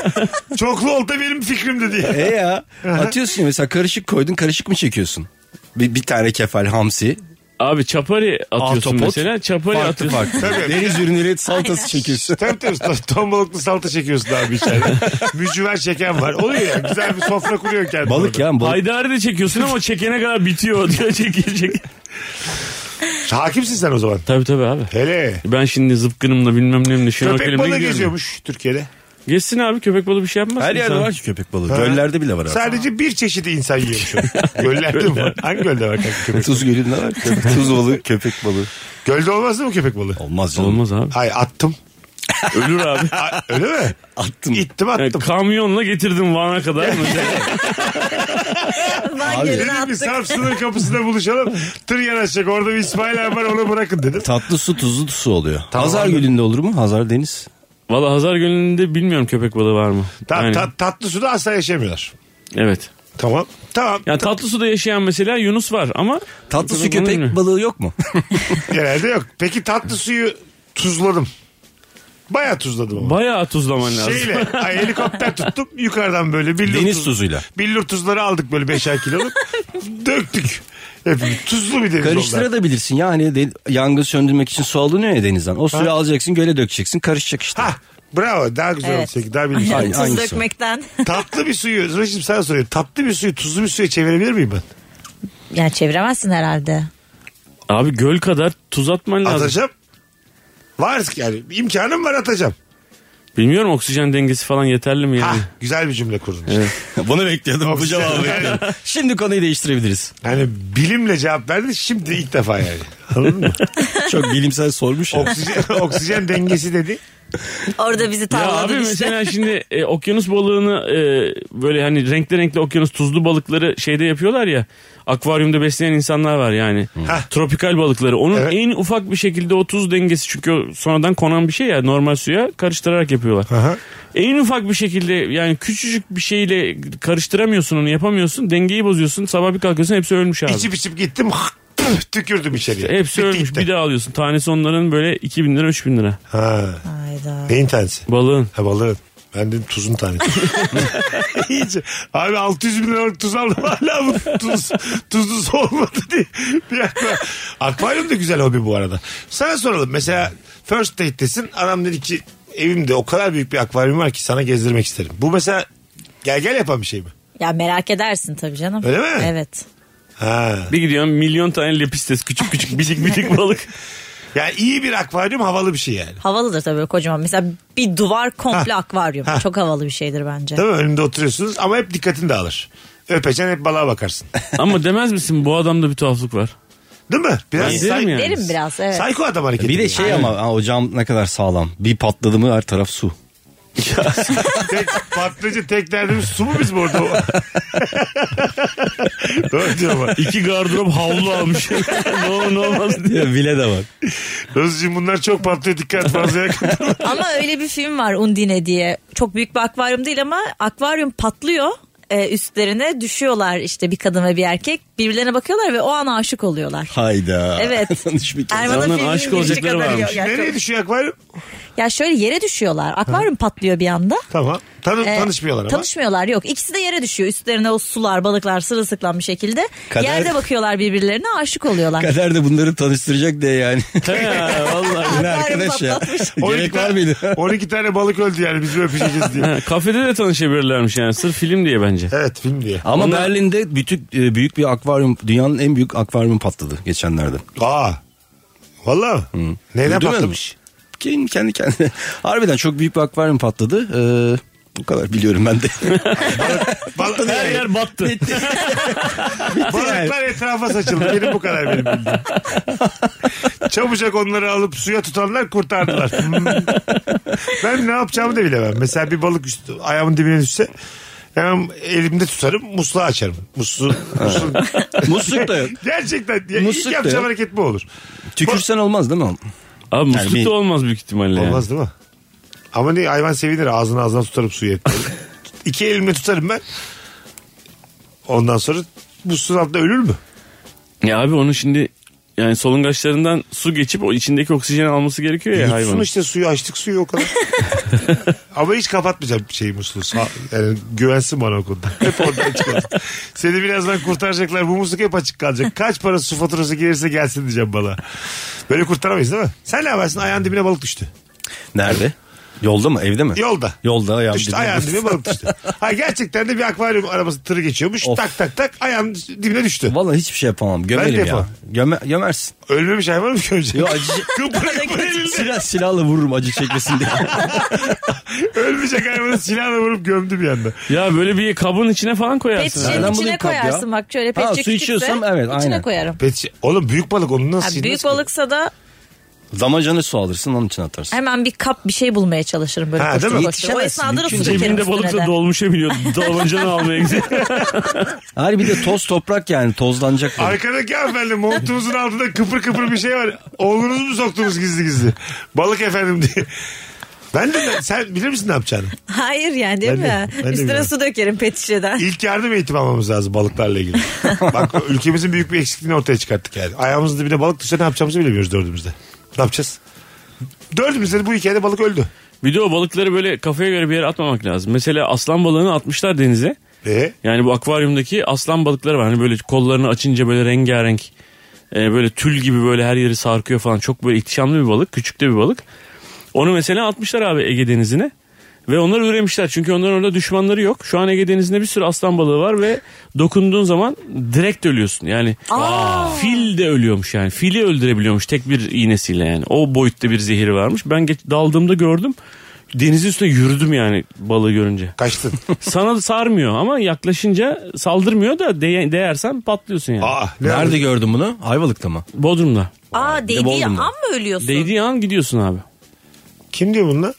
Speaker 2: Çoklu olta benim fikrimdi diye.
Speaker 4: E ya atıyorsun ya mesela karışık koydun karışık mı çekiyorsun? Bir, bir tane kefal hamsi.
Speaker 5: Abi çapari atıyorsun
Speaker 4: Ahtapot.
Speaker 5: mesela. Çapari
Speaker 4: Farklı
Speaker 5: atıyorsun.
Speaker 4: farklı. Deniz ürünleri salatası çekiyorsun.
Speaker 2: Tabii tabii ton- ton balıklı salata çekiyorsun abi içeride. Mücver çeken var. Oluyor ya güzel bir sofra kuruyor kendine.
Speaker 4: Balık ya balık.
Speaker 5: Haydari de çekiyorsun ama çekene kadar bitiyor diyor çekiyor çekiyor.
Speaker 2: Hakimsin sen o zaman.
Speaker 5: Tabii tabii abi.
Speaker 2: Hele.
Speaker 5: Ben şimdi zıpkınımla bilmem nemle
Speaker 2: Köpek
Speaker 5: şınakelimle
Speaker 2: balığı
Speaker 5: gidiyorum.
Speaker 2: geziyormuş Türkiye'de.
Speaker 5: Geçsin abi köpek balığı bir şey yapmaz.
Speaker 4: Her
Speaker 5: mı
Speaker 4: yerde
Speaker 5: sana?
Speaker 4: var ki köpek balığı. Göllerde bile var abi.
Speaker 2: Sadece bir çeşidi insan yiyormuş onu. Göllerde mi var? Hangi gölde var kanka köpek?
Speaker 4: Tuz gölünde var. Tuz balığı, köpek balığı.
Speaker 2: Gölde olmaz mı köpek balığı?
Speaker 4: Olmaz canım.
Speaker 5: Olmaz abi.
Speaker 2: Hay attım.
Speaker 5: Ölür abi.
Speaker 2: A- Öyle mi?
Speaker 4: Attım.
Speaker 2: İttim
Speaker 5: Yani
Speaker 2: attım.
Speaker 5: kamyonla getirdim Van'a kadar. Mesela
Speaker 3: Van gölüne
Speaker 2: Dedim ki
Speaker 3: attık.
Speaker 2: Sarp sınır kapısında buluşalım. Tır yanaşacak orada bir İsmail abi var onu bırakın dedim.
Speaker 4: Tatlı su tuzlu su oluyor.
Speaker 2: Tamam.
Speaker 4: Hazar Gölü'nde olur mu? Hazar Deniz.
Speaker 5: Valla Hazar Gölü'nde bilmiyorum köpek balığı var mı?
Speaker 2: Ta-
Speaker 5: Yani,
Speaker 2: ta- tatlı suda asla yaşamıyorlar.
Speaker 5: evet.
Speaker 2: Tamam. Tamam.
Speaker 5: Yani tatlı suda yaşayan mesela Yunus var ama
Speaker 4: Tatlı su
Speaker 5: Bunu
Speaker 4: köpek
Speaker 5: bilmiyorum.
Speaker 4: balığı yok mu?
Speaker 2: Genelde yok. Peki tatlı suyu tuzladım. Baya tuzladım ama.
Speaker 5: bayağı tuzlaman lazım.
Speaker 2: Şeyle ay, helikopter tuttum yukarıdan böyle billur
Speaker 4: Deniz tuzuyla.
Speaker 2: Billur tuzları aldık böyle beşer kiloluk. döktük. Hepimiz tuzlu bir deniz oldu.
Speaker 4: Karıştırabilirsin ya hani de- yangın söndürmek için su alınıyor ya denizden. O suyu alacaksın göle dökeceksin karışacak işte.
Speaker 2: Ha bravo daha güzel
Speaker 3: Evet.
Speaker 2: olacak daha bilinçli.
Speaker 4: Aynen.
Speaker 2: olacak.
Speaker 3: Tuz
Speaker 4: hangisi o?
Speaker 3: dökmekten.
Speaker 2: tatlı bir suyu Zırhçım sana soruyorum. Tatlı bir suyu tuzlu bir suya çevirebilir miyim ben?
Speaker 3: Yani çeviremezsin herhalde.
Speaker 5: Abi göl kadar tuz atman lazım.
Speaker 2: Atacağım. Var yani imkanım var atacağım.
Speaker 5: Bilmiyorum oksijen dengesi falan yeterli mi
Speaker 2: Ha
Speaker 5: yani?
Speaker 2: güzel bir cümle kurdun.
Speaker 4: Bunu bekliyordum
Speaker 2: bu cevabı bekliyordum.
Speaker 4: Şimdi konuyu değiştirebiliriz.
Speaker 2: Yani bilimle cevap verdi şimdi ilk defa yani. Anladın mı?
Speaker 4: Çok bilimsel sormuş ya.
Speaker 2: oksijen, oksijen dengesi dedi.
Speaker 3: Orada bizi
Speaker 5: Ya abi
Speaker 3: tavladın işte.
Speaker 5: mesela şimdi e, okyanus balığını e, böyle hani renkli renkli okyanus tuzlu balıkları şeyde yapıyorlar ya. Akvaryumda besleyen insanlar var yani.
Speaker 2: Hah.
Speaker 5: Tropikal balıkları. Onun
Speaker 2: Evet.
Speaker 5: en ufak bir şekilde o tuz dengesi çünkü o sonradan konan bir şey ya normal suya karıştırarak yapıyorlar.
Speaker 2: Aha.
Speaker 5: En ufak bir şekilde yani küçücük bir şeyle karıştıramıyorsun onu yapamıyorsun. Dengeyi bozuyorsun. Sabah bir kalkıyorsun hepsi ölmüş abi.
Speaker 2: İçip içip gittim püf, tükürdüm içeriye.
Speaker 5: Hepsi
Speaker 2: Bitti
Speaker 5: ölmüş.
Speaker 2: gitti.
Speaker 5: Bir daha alıyorsun. Tanesi onların böyle 2000 lira 3000 lira.
Speaker 2: Ha,
Speaker 3: Hayda.
Speaker 2: neyin tanesi?
Speaker 5: Balığın.
Speaker 2: Ha balığın. Ben dedim tuzun tanesi. İyice. Abi 600 bin liralık tuz aldım hala bu tuz, tuzlu su olmadı diye. Bir akla. Akvaryum da güzel hobi bu arada. Sana soralım mesela first date'tesin. Adam dedi ki evimde o kadar büyük bir akvaryum var ki sana gezdirmek isterim. Bu mesela gel gel yapan bir şey mi?
Speaker 3: Ya merak edersin tabii canım.
Speaker 2: Öyle mi?
Speaker 3: Evet.
Speaker 2: Ha.
Speaker 5: Bir gidiyorum milyon tane lepistes küçük küçük bitik bitik balık.
Speaker 2: Yani iyi bir akvaryum havalı bir şey yani.
Speaker 3: Havalıdır tabii böyle kocaman. Mesela bir duvar komple
Speaker 2: Ha.
Speaker 3: akvaryum.
Speaker 2: Ha.
Speaker 3: Çok havalı bir şeydir bence.
Speaker 2: Değil mi? Önünde oturuyorsunuz ama hep dikkatini dağılır. Öpeceksin hep balığa bakarsın.
Speaker 5: Ama demez misin bu adamda bir tuhaflık var.
Speaker 2: Değil mi? Biraz
Speaker 5: Ben derim
Speaker 2: say-
Speaker 5: yani.
Speaker 3: Derim biraz evet.
Speaker 2: Sayko adam hareketi.
Speaker 4: Bir de şey ama ha, o cam ne kadar sağlam. Bir patladı mı her taraf su.
Speaker 2: Tek, patlıcı tek derdimiz su mu biz burada? Doğru diyor ama.
Speaker 5: İki gardırop havlu almış. ne olur ne olmaz diye.
Speaker 4: Bile de bak.
Speaker 2: Özcüğüm bunlar çok patlıyor dikkat fazla yakın.
Speaker 3: Ama öyle bir film var Undine diye. Çok büyük bir akvaryum değil ama akvaryum patlıyor. Ee, üstlerine düşüyorlar işte bir kadın ve bir erkek. Birbirlerine bakıyorlar ve o an aşık oluyorlar.
Speaker 4: Hayda.
Speaker 3: Evet.
Speaker 4: Yanlış bir kez.
Speaker 3: Erman'ın
Speaker 5: Onların
Speaker 3: filminin
Speaker 5: aşık
Speaker 3: girişi
Speaker 5: olacakları
Speaker 3: kadar
Speaker 5: varmış.
Speaker 3: yok. Ya,
Speaker 2: Nereye
Speaker 3: çok-
Speaker 2: düşüyor akvaryum?
Speaker 3: ya şöyle yere düşüyorlar. Akvaryum patlıyor bir anda.
Speaker 2: Tamam. Tanı,
Speaker 3: Ee,
Speaker 2: tanışmıyorlar ama.
Speaker 3: Tanışmıyorlar yok. İkisi de yere düşüyor. Üstlerine o sular, balıklar sırılsıklam bir şekilde.
Speaker 4: Kader-
Speaker 3: Yerde bakıyorlar birbirlerine aşık oluyorlar.
Speaker 4: Kader de bunları tanıştıracak diye yani.
Speaker 5: Ha, vallahi.
Speaker 4: Ne arkadaş ya. Gerek var
Speaker 2: tane,
Speaker 4: mıydı?
Speaker 2: 12 tane balık öldü yani biz mi öpüşeceğiz diye.
Speaker 5: Ha, kafede de tanışabilirlermiş yani sırf film diye bence.
Speaker 2: Evet film diye.
Speaker 4: Ama Berlin'de bütün e, büyük bir akvaryum, dünyanın en büyük akvaryumu patladı geçenlerde.
Speaker 2: Aa. Valla mı? Neyden
Speaker 4: Duydun mu?
Speaker 2: patlamış?
Speaker 4: Kendi kendi kendine. Harbiden çok büyük bir akvaryum patladı. Ee, bu kadar biliyorum ben de.
Speaker 2: Bal-
Speaker 5: Her yer battı.
Speaker 2: balıklar etrafa saçıldı. Benim bu kadar benim bildiğim. Çabucak onları alıp suya tutanlar kurtardılar. Hmm. ben ne yapacağımı da bilemem. Mesela bir balık üstü, ayağımın dibine düşse hemen elimde tutarım musluğu açarım. Musluğu. musluğu.
Speaker 4: Musluk da yok.
Speaker 2: Gerçekten. Ya,
Speaker 4: Musluk
Speaker 2: ilk
Speaker 4: da
Speaker 2: yapacağım
Speaker 4: yok.
Speaker 2: hareket bu olur.
Speaker 4: Tükürsen olmaz değil mi?
Speaker 5: Abi musluk
Speaker 4: Yani bir-
Speaker 5: da olmaz büyük ihtimalle. yani.
Speaker 2: Olmaz değil mi? Ama ne hayvan sevinir ağzını ağzına tutarım suyu hep. İki elimle tutarım ben. Ondan sonra bu suyun altında ölür mü?
Speaker 5: Ya abi onun şimdi yani solungaçlarından su geçip o içindeki oksijeni alması gerekiyor ya
Speaker 2: Yutsun
Speaker 5: hayvan.
Speaker 2: işte suyu açtık suyu o kadar. Ama hiç kapatmayacağım şeyi musluğu. Sağ- Yani güvensin bana o konuda. Hep oradan çıkacak. Seni birazdan kurtaracaklar. Bu musluk hep açık kalacak. Kaç para su faturası gelirse gelsin diyeceğim bana. Böyle kurtaramayız değil mi? Sen ne yaparsın? Ayağın dibine balık düştü.
Speaker 4: Nerede? Yolda mı? Evde mi?
Speaker 2: Yolda.
Speaker 4: Yolda ayağım
Speaker 2: Düştü
Speaker 4: dibine
Speaker 2: ayağın
Speaker 4: düştü.
Speaker 2: dibine balık düştü. Ha gerçekten de bir akvaryum arabası tırı geçiyormuş.
Speaker 4: Of.
Speaker 2: Tak tak tak ayağın dibine düştü.
Speaker 4: Vallahi hiçbir şey yapamam. Gömerim ya.
Speaker 2: yapamam.
Speaker 4: Göme, gömersin.
Speaker 2: Ölmemiş hayvan mı göreceksin?
Speaker 4: Yo, acı-
Speaker 2: Kıpır kıpır elinde.
Speaker 4: Silah, silahla vururum acı çekmesin diye.
Speaker 2: Ölmeyecek hayvanı silahla vurup gömdü bir anda.
Speaker 5: Ya böyle bir kabın içine falan
Speaker 3: Pet
Speaker 5: koyarsın. abi.
Speaker 3: şişenin
Speaker 4: Nereden
Speaker 3: içine
Speaker 4: bulayım kap ya?
Speaker 3: koyarsın bak şöyle pet
Speaker 4: Ha,
Speaker 3: şişe
Speaker 4: su
Speaker 3: küçükse
Speaker 4: içiyorsam evet,
Speaker 3: içine
Speaker 4: aynen.
Speaker 3: koyarım.
Speaker 2: Pet şişe- Oğlum büyük balık onu
Speaker 3: Ha,
Speaker 2: nasıl silmez
Speaker 3: büyük
Speaker 2: ki?
Speaker 3: balıksa da
Speaker 4: Damacana su alırsın onun için atarsın.
Speaker 3: hemen bir kap bir şey bulmaya çalışırım böyle
Speaker 2: Ha,
Speaker 3: koştur
Speaker 2: değil mi?
Speaker 3: koştur. O
Speaker 4: Yetişemezsin.
Speaker 3: esnada da su
Speaker 4: Mümkün değil.
Speaker 3: dökerim
Speaker 5: Cebinde
Speaker 3: üstüne
Speaker 5: balıkla
Speaker 3: de.
Speaker 5: dolmuşa biniyordu. Dalmancanı almaya gidiyor.
Speaker 4: Hayır bir de toz toprak yani tozlanacak. böyle.
Speaker 2: Arkadaki hanımefendi montumuzun altında kıpır kıpır bir şey var. Oğlunuzu mu soktunuz gizli gizli? Balık efendim diye. Ben de sen bilir misin ne yapacağını?
Speaker 3: Hayır yani değil
Speaker 2: Ben de-
Speaker 3: mi?
Speaker 2: ben de
Speaker 3: Üstüne
Speaker 2: bilmiyorum.
Speaker 3: su dökerim pet şişeden.
Speaker 2: İlk yardım eğitimi almamız lazım balıklarla ilgili. Bak ülkemizin büyük bir eksikliğini ortaya çıkarttık yani. Ayağımızın dibine balık düşse ne yapacağımızı bilemiyoruz dördümüzde. Ne yapacağız? Dördümüzde de bu hikayede balık öldü.
Speaker 5: Bir de o balıkları böyle kafaya göre bir yere atmamak lazım. Mesela aslan balığını atmışlar denize.
Speaker 2: E?
Speaker 5: Yani bu akvaryumdaki aslan balıkları var. Hani böyle kollarını açınca böyle rengarenk. e, böyle tül gibi böyle her yeri sarkıyor falan. Çok böyle ihtişamlı bir balık. Küçük de bir balık. Onu mesela atmışlar abi Ege Denizi'ne. Ve onları üremişler. Çünkü onların orada düşmanları yok. Şu an Ege Denizi'nde bir sürü aslan balığı var ve dokunduğun zaman direkt ölüyorsun. Yani fil de ölüyormuş yani. Fili öldürebiliyormuş tek bir iğnesiyle yani. O boyutta bir zehiri varmış. Ben geç, daldığımda gördüm. Denizin üstüne yürüdüm yani balığı görünce.
Speaker 2: Kaçtın.
Speaker 5: Sana sarmıyor ama yaklaşınca saldırmıyor da değ- değersen patlıyorsun yani.
Speaker 2: Aa, ah, ne
Speaker 4: Nerede
Speaker 2: oldu?
Speaker 4: gördün bunu? Ayvalık'ta mı?
Speaker 5: Bodrum'da.
Speaker 3: Aa değdiği an
Speaker 4: Boldum ben.
Speaker 3: mı ölüyorsun?
Speaker 5: Değdiği an gidiyorsun abi.
Speaker 2: Kim diyor bunu lan?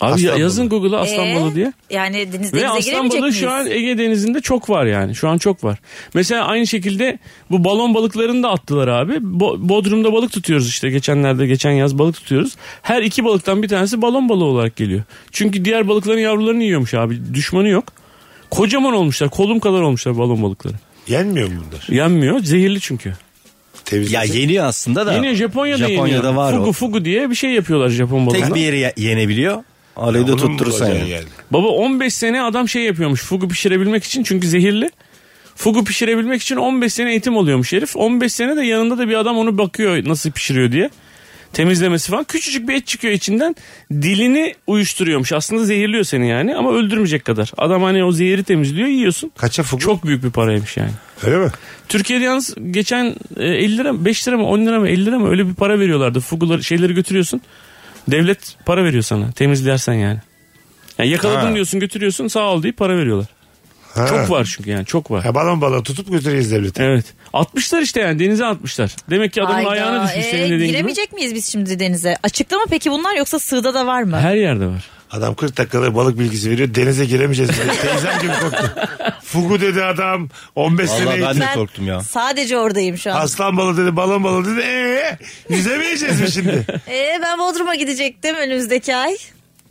Speaker 5: Abi
Speaker 2: Aslan
Speaker 5: ya- yazın Google'a aslan
Speaker 3: Ee,
Speaker 5: balığı diye.
Speaker 3: Yani denizde
Speaker 5: Ve
Speaker 3: bize
Speaker 5: aslan
Speaker 3: giremeyecek
Speaker 5: balığı
Speaker 3: miyiz?
Speaker 5: şu an Ege Denizi'nde çok var yani. Şu an çok var. Mesela aynı şekilde bu balon balıklarını da attılar abi. Bo- Bodrum'da balık tutuyoruz işte. Geçenlerde geçen yaz balık tutuyoruz. Her iki balıktan bir tanesi balon balığı olarak geliyor. Çünkü diğer balıkların yavrularını yiyormuş abi. Düşmanı yok. Kocaman olmuşlar. Kolum kadar olmuşlar balon balıkları.
Speaker 2: Yenmiyor mu bunlar?
Speaker 5: Yenmiyor. Zehirli çünkü.
Speaker 4: Ya
Speaker 2: Temizlesin.
Speaker 4: yeniyor aslında da.
Speaker 5: Yine Japonya'da, yeniyor.
Speaker 4: var
Speaker 5: fugu
Speaker 4: o.
Speaker 5: fugu diye bir şey yapıyorlar Japon balığına.
Speaker 4: Tek bir yeri ye- yenebiliyor. Arayı da
Speaker 2: Bunu mu
Speaker 4: tutturursan
Speaker 2: bulacaksın
Speaker 4: yani.
Speaker 5: Baba 15 sene adam şey yapıyormuş fugu pişirebilmek için çünkü zehirli. Fugu pişirebilmek için 15 sene eğitim oluyormuş herif. 15 sene de yanında da bir adam onu bakıyor nasıl pişiriyor diye. temizlemesi falan. Küçücük bir et çıkıyor içinden. Dilini uyuşturuyormuş. Aslında zehirliyor seni yani ama öldürmeyecek kadar. Adam hani o zehri temizliyor yiyorsun.
Speaker 2: Kaça fugu?
Speaker 5: Çok büyük bir paraymış yani.
Speaker 2: Öyle mi?
Speaker 5: Türkiye'de yalnız geçen e, 50 lira 5 lira mı 10 lira mı 50 lira mı öyle bir para veriyorlardı. Fuguları şeyleri götürüyorsun. Devlet para veriyor sana temizlersen yani. yani yakaladın
Speaker 2: Ha.
Speaker 5: diyorsun götürüyorsun sağ ol deyip para veriyorlar.
Speaker 2: Ha.
Speaker 5: Çok var çünkü yani çok var.
Speaker 2: Ha, balon balon tutup götüreceğiz devlete.
Speaker 5: Evet. Atmışlar işte yani denize atmışlar. Demek ki adamın
Speaker 3: Hayda,
Speaker 5: ayağına düşmüş
Speaker 3: ee,
Speaker 5: senin dediğin gibi.
Speaker 3: Giremeyecek miyiz biz şimdi denize? Açıkta mı peki bunlar yoksa sığda da var mı?
Speaker 5: Her yerde var.
Speaker 2: Adam 40 dakikadır balık bilgisi veriyor. Denize giremeyeceğiz. dedi. Teyzem gibi korktu. Fugu dedi adam. 15
Speaker 4: Vallahi
Speaker 2: sene
Speaker 4: ben
Speaker 2: eğitim.
Speaker 4: de korktum ya.
Speaker 3: Sadece oradayım şu an.
Speaker 2: Aslan balığı dedi, balon balığı dedi. Eee yüzemeyeceğiz mi şimdi?
Speaker 3: Ee, ben Bodrum'a gidecektim önümüzdeki ay.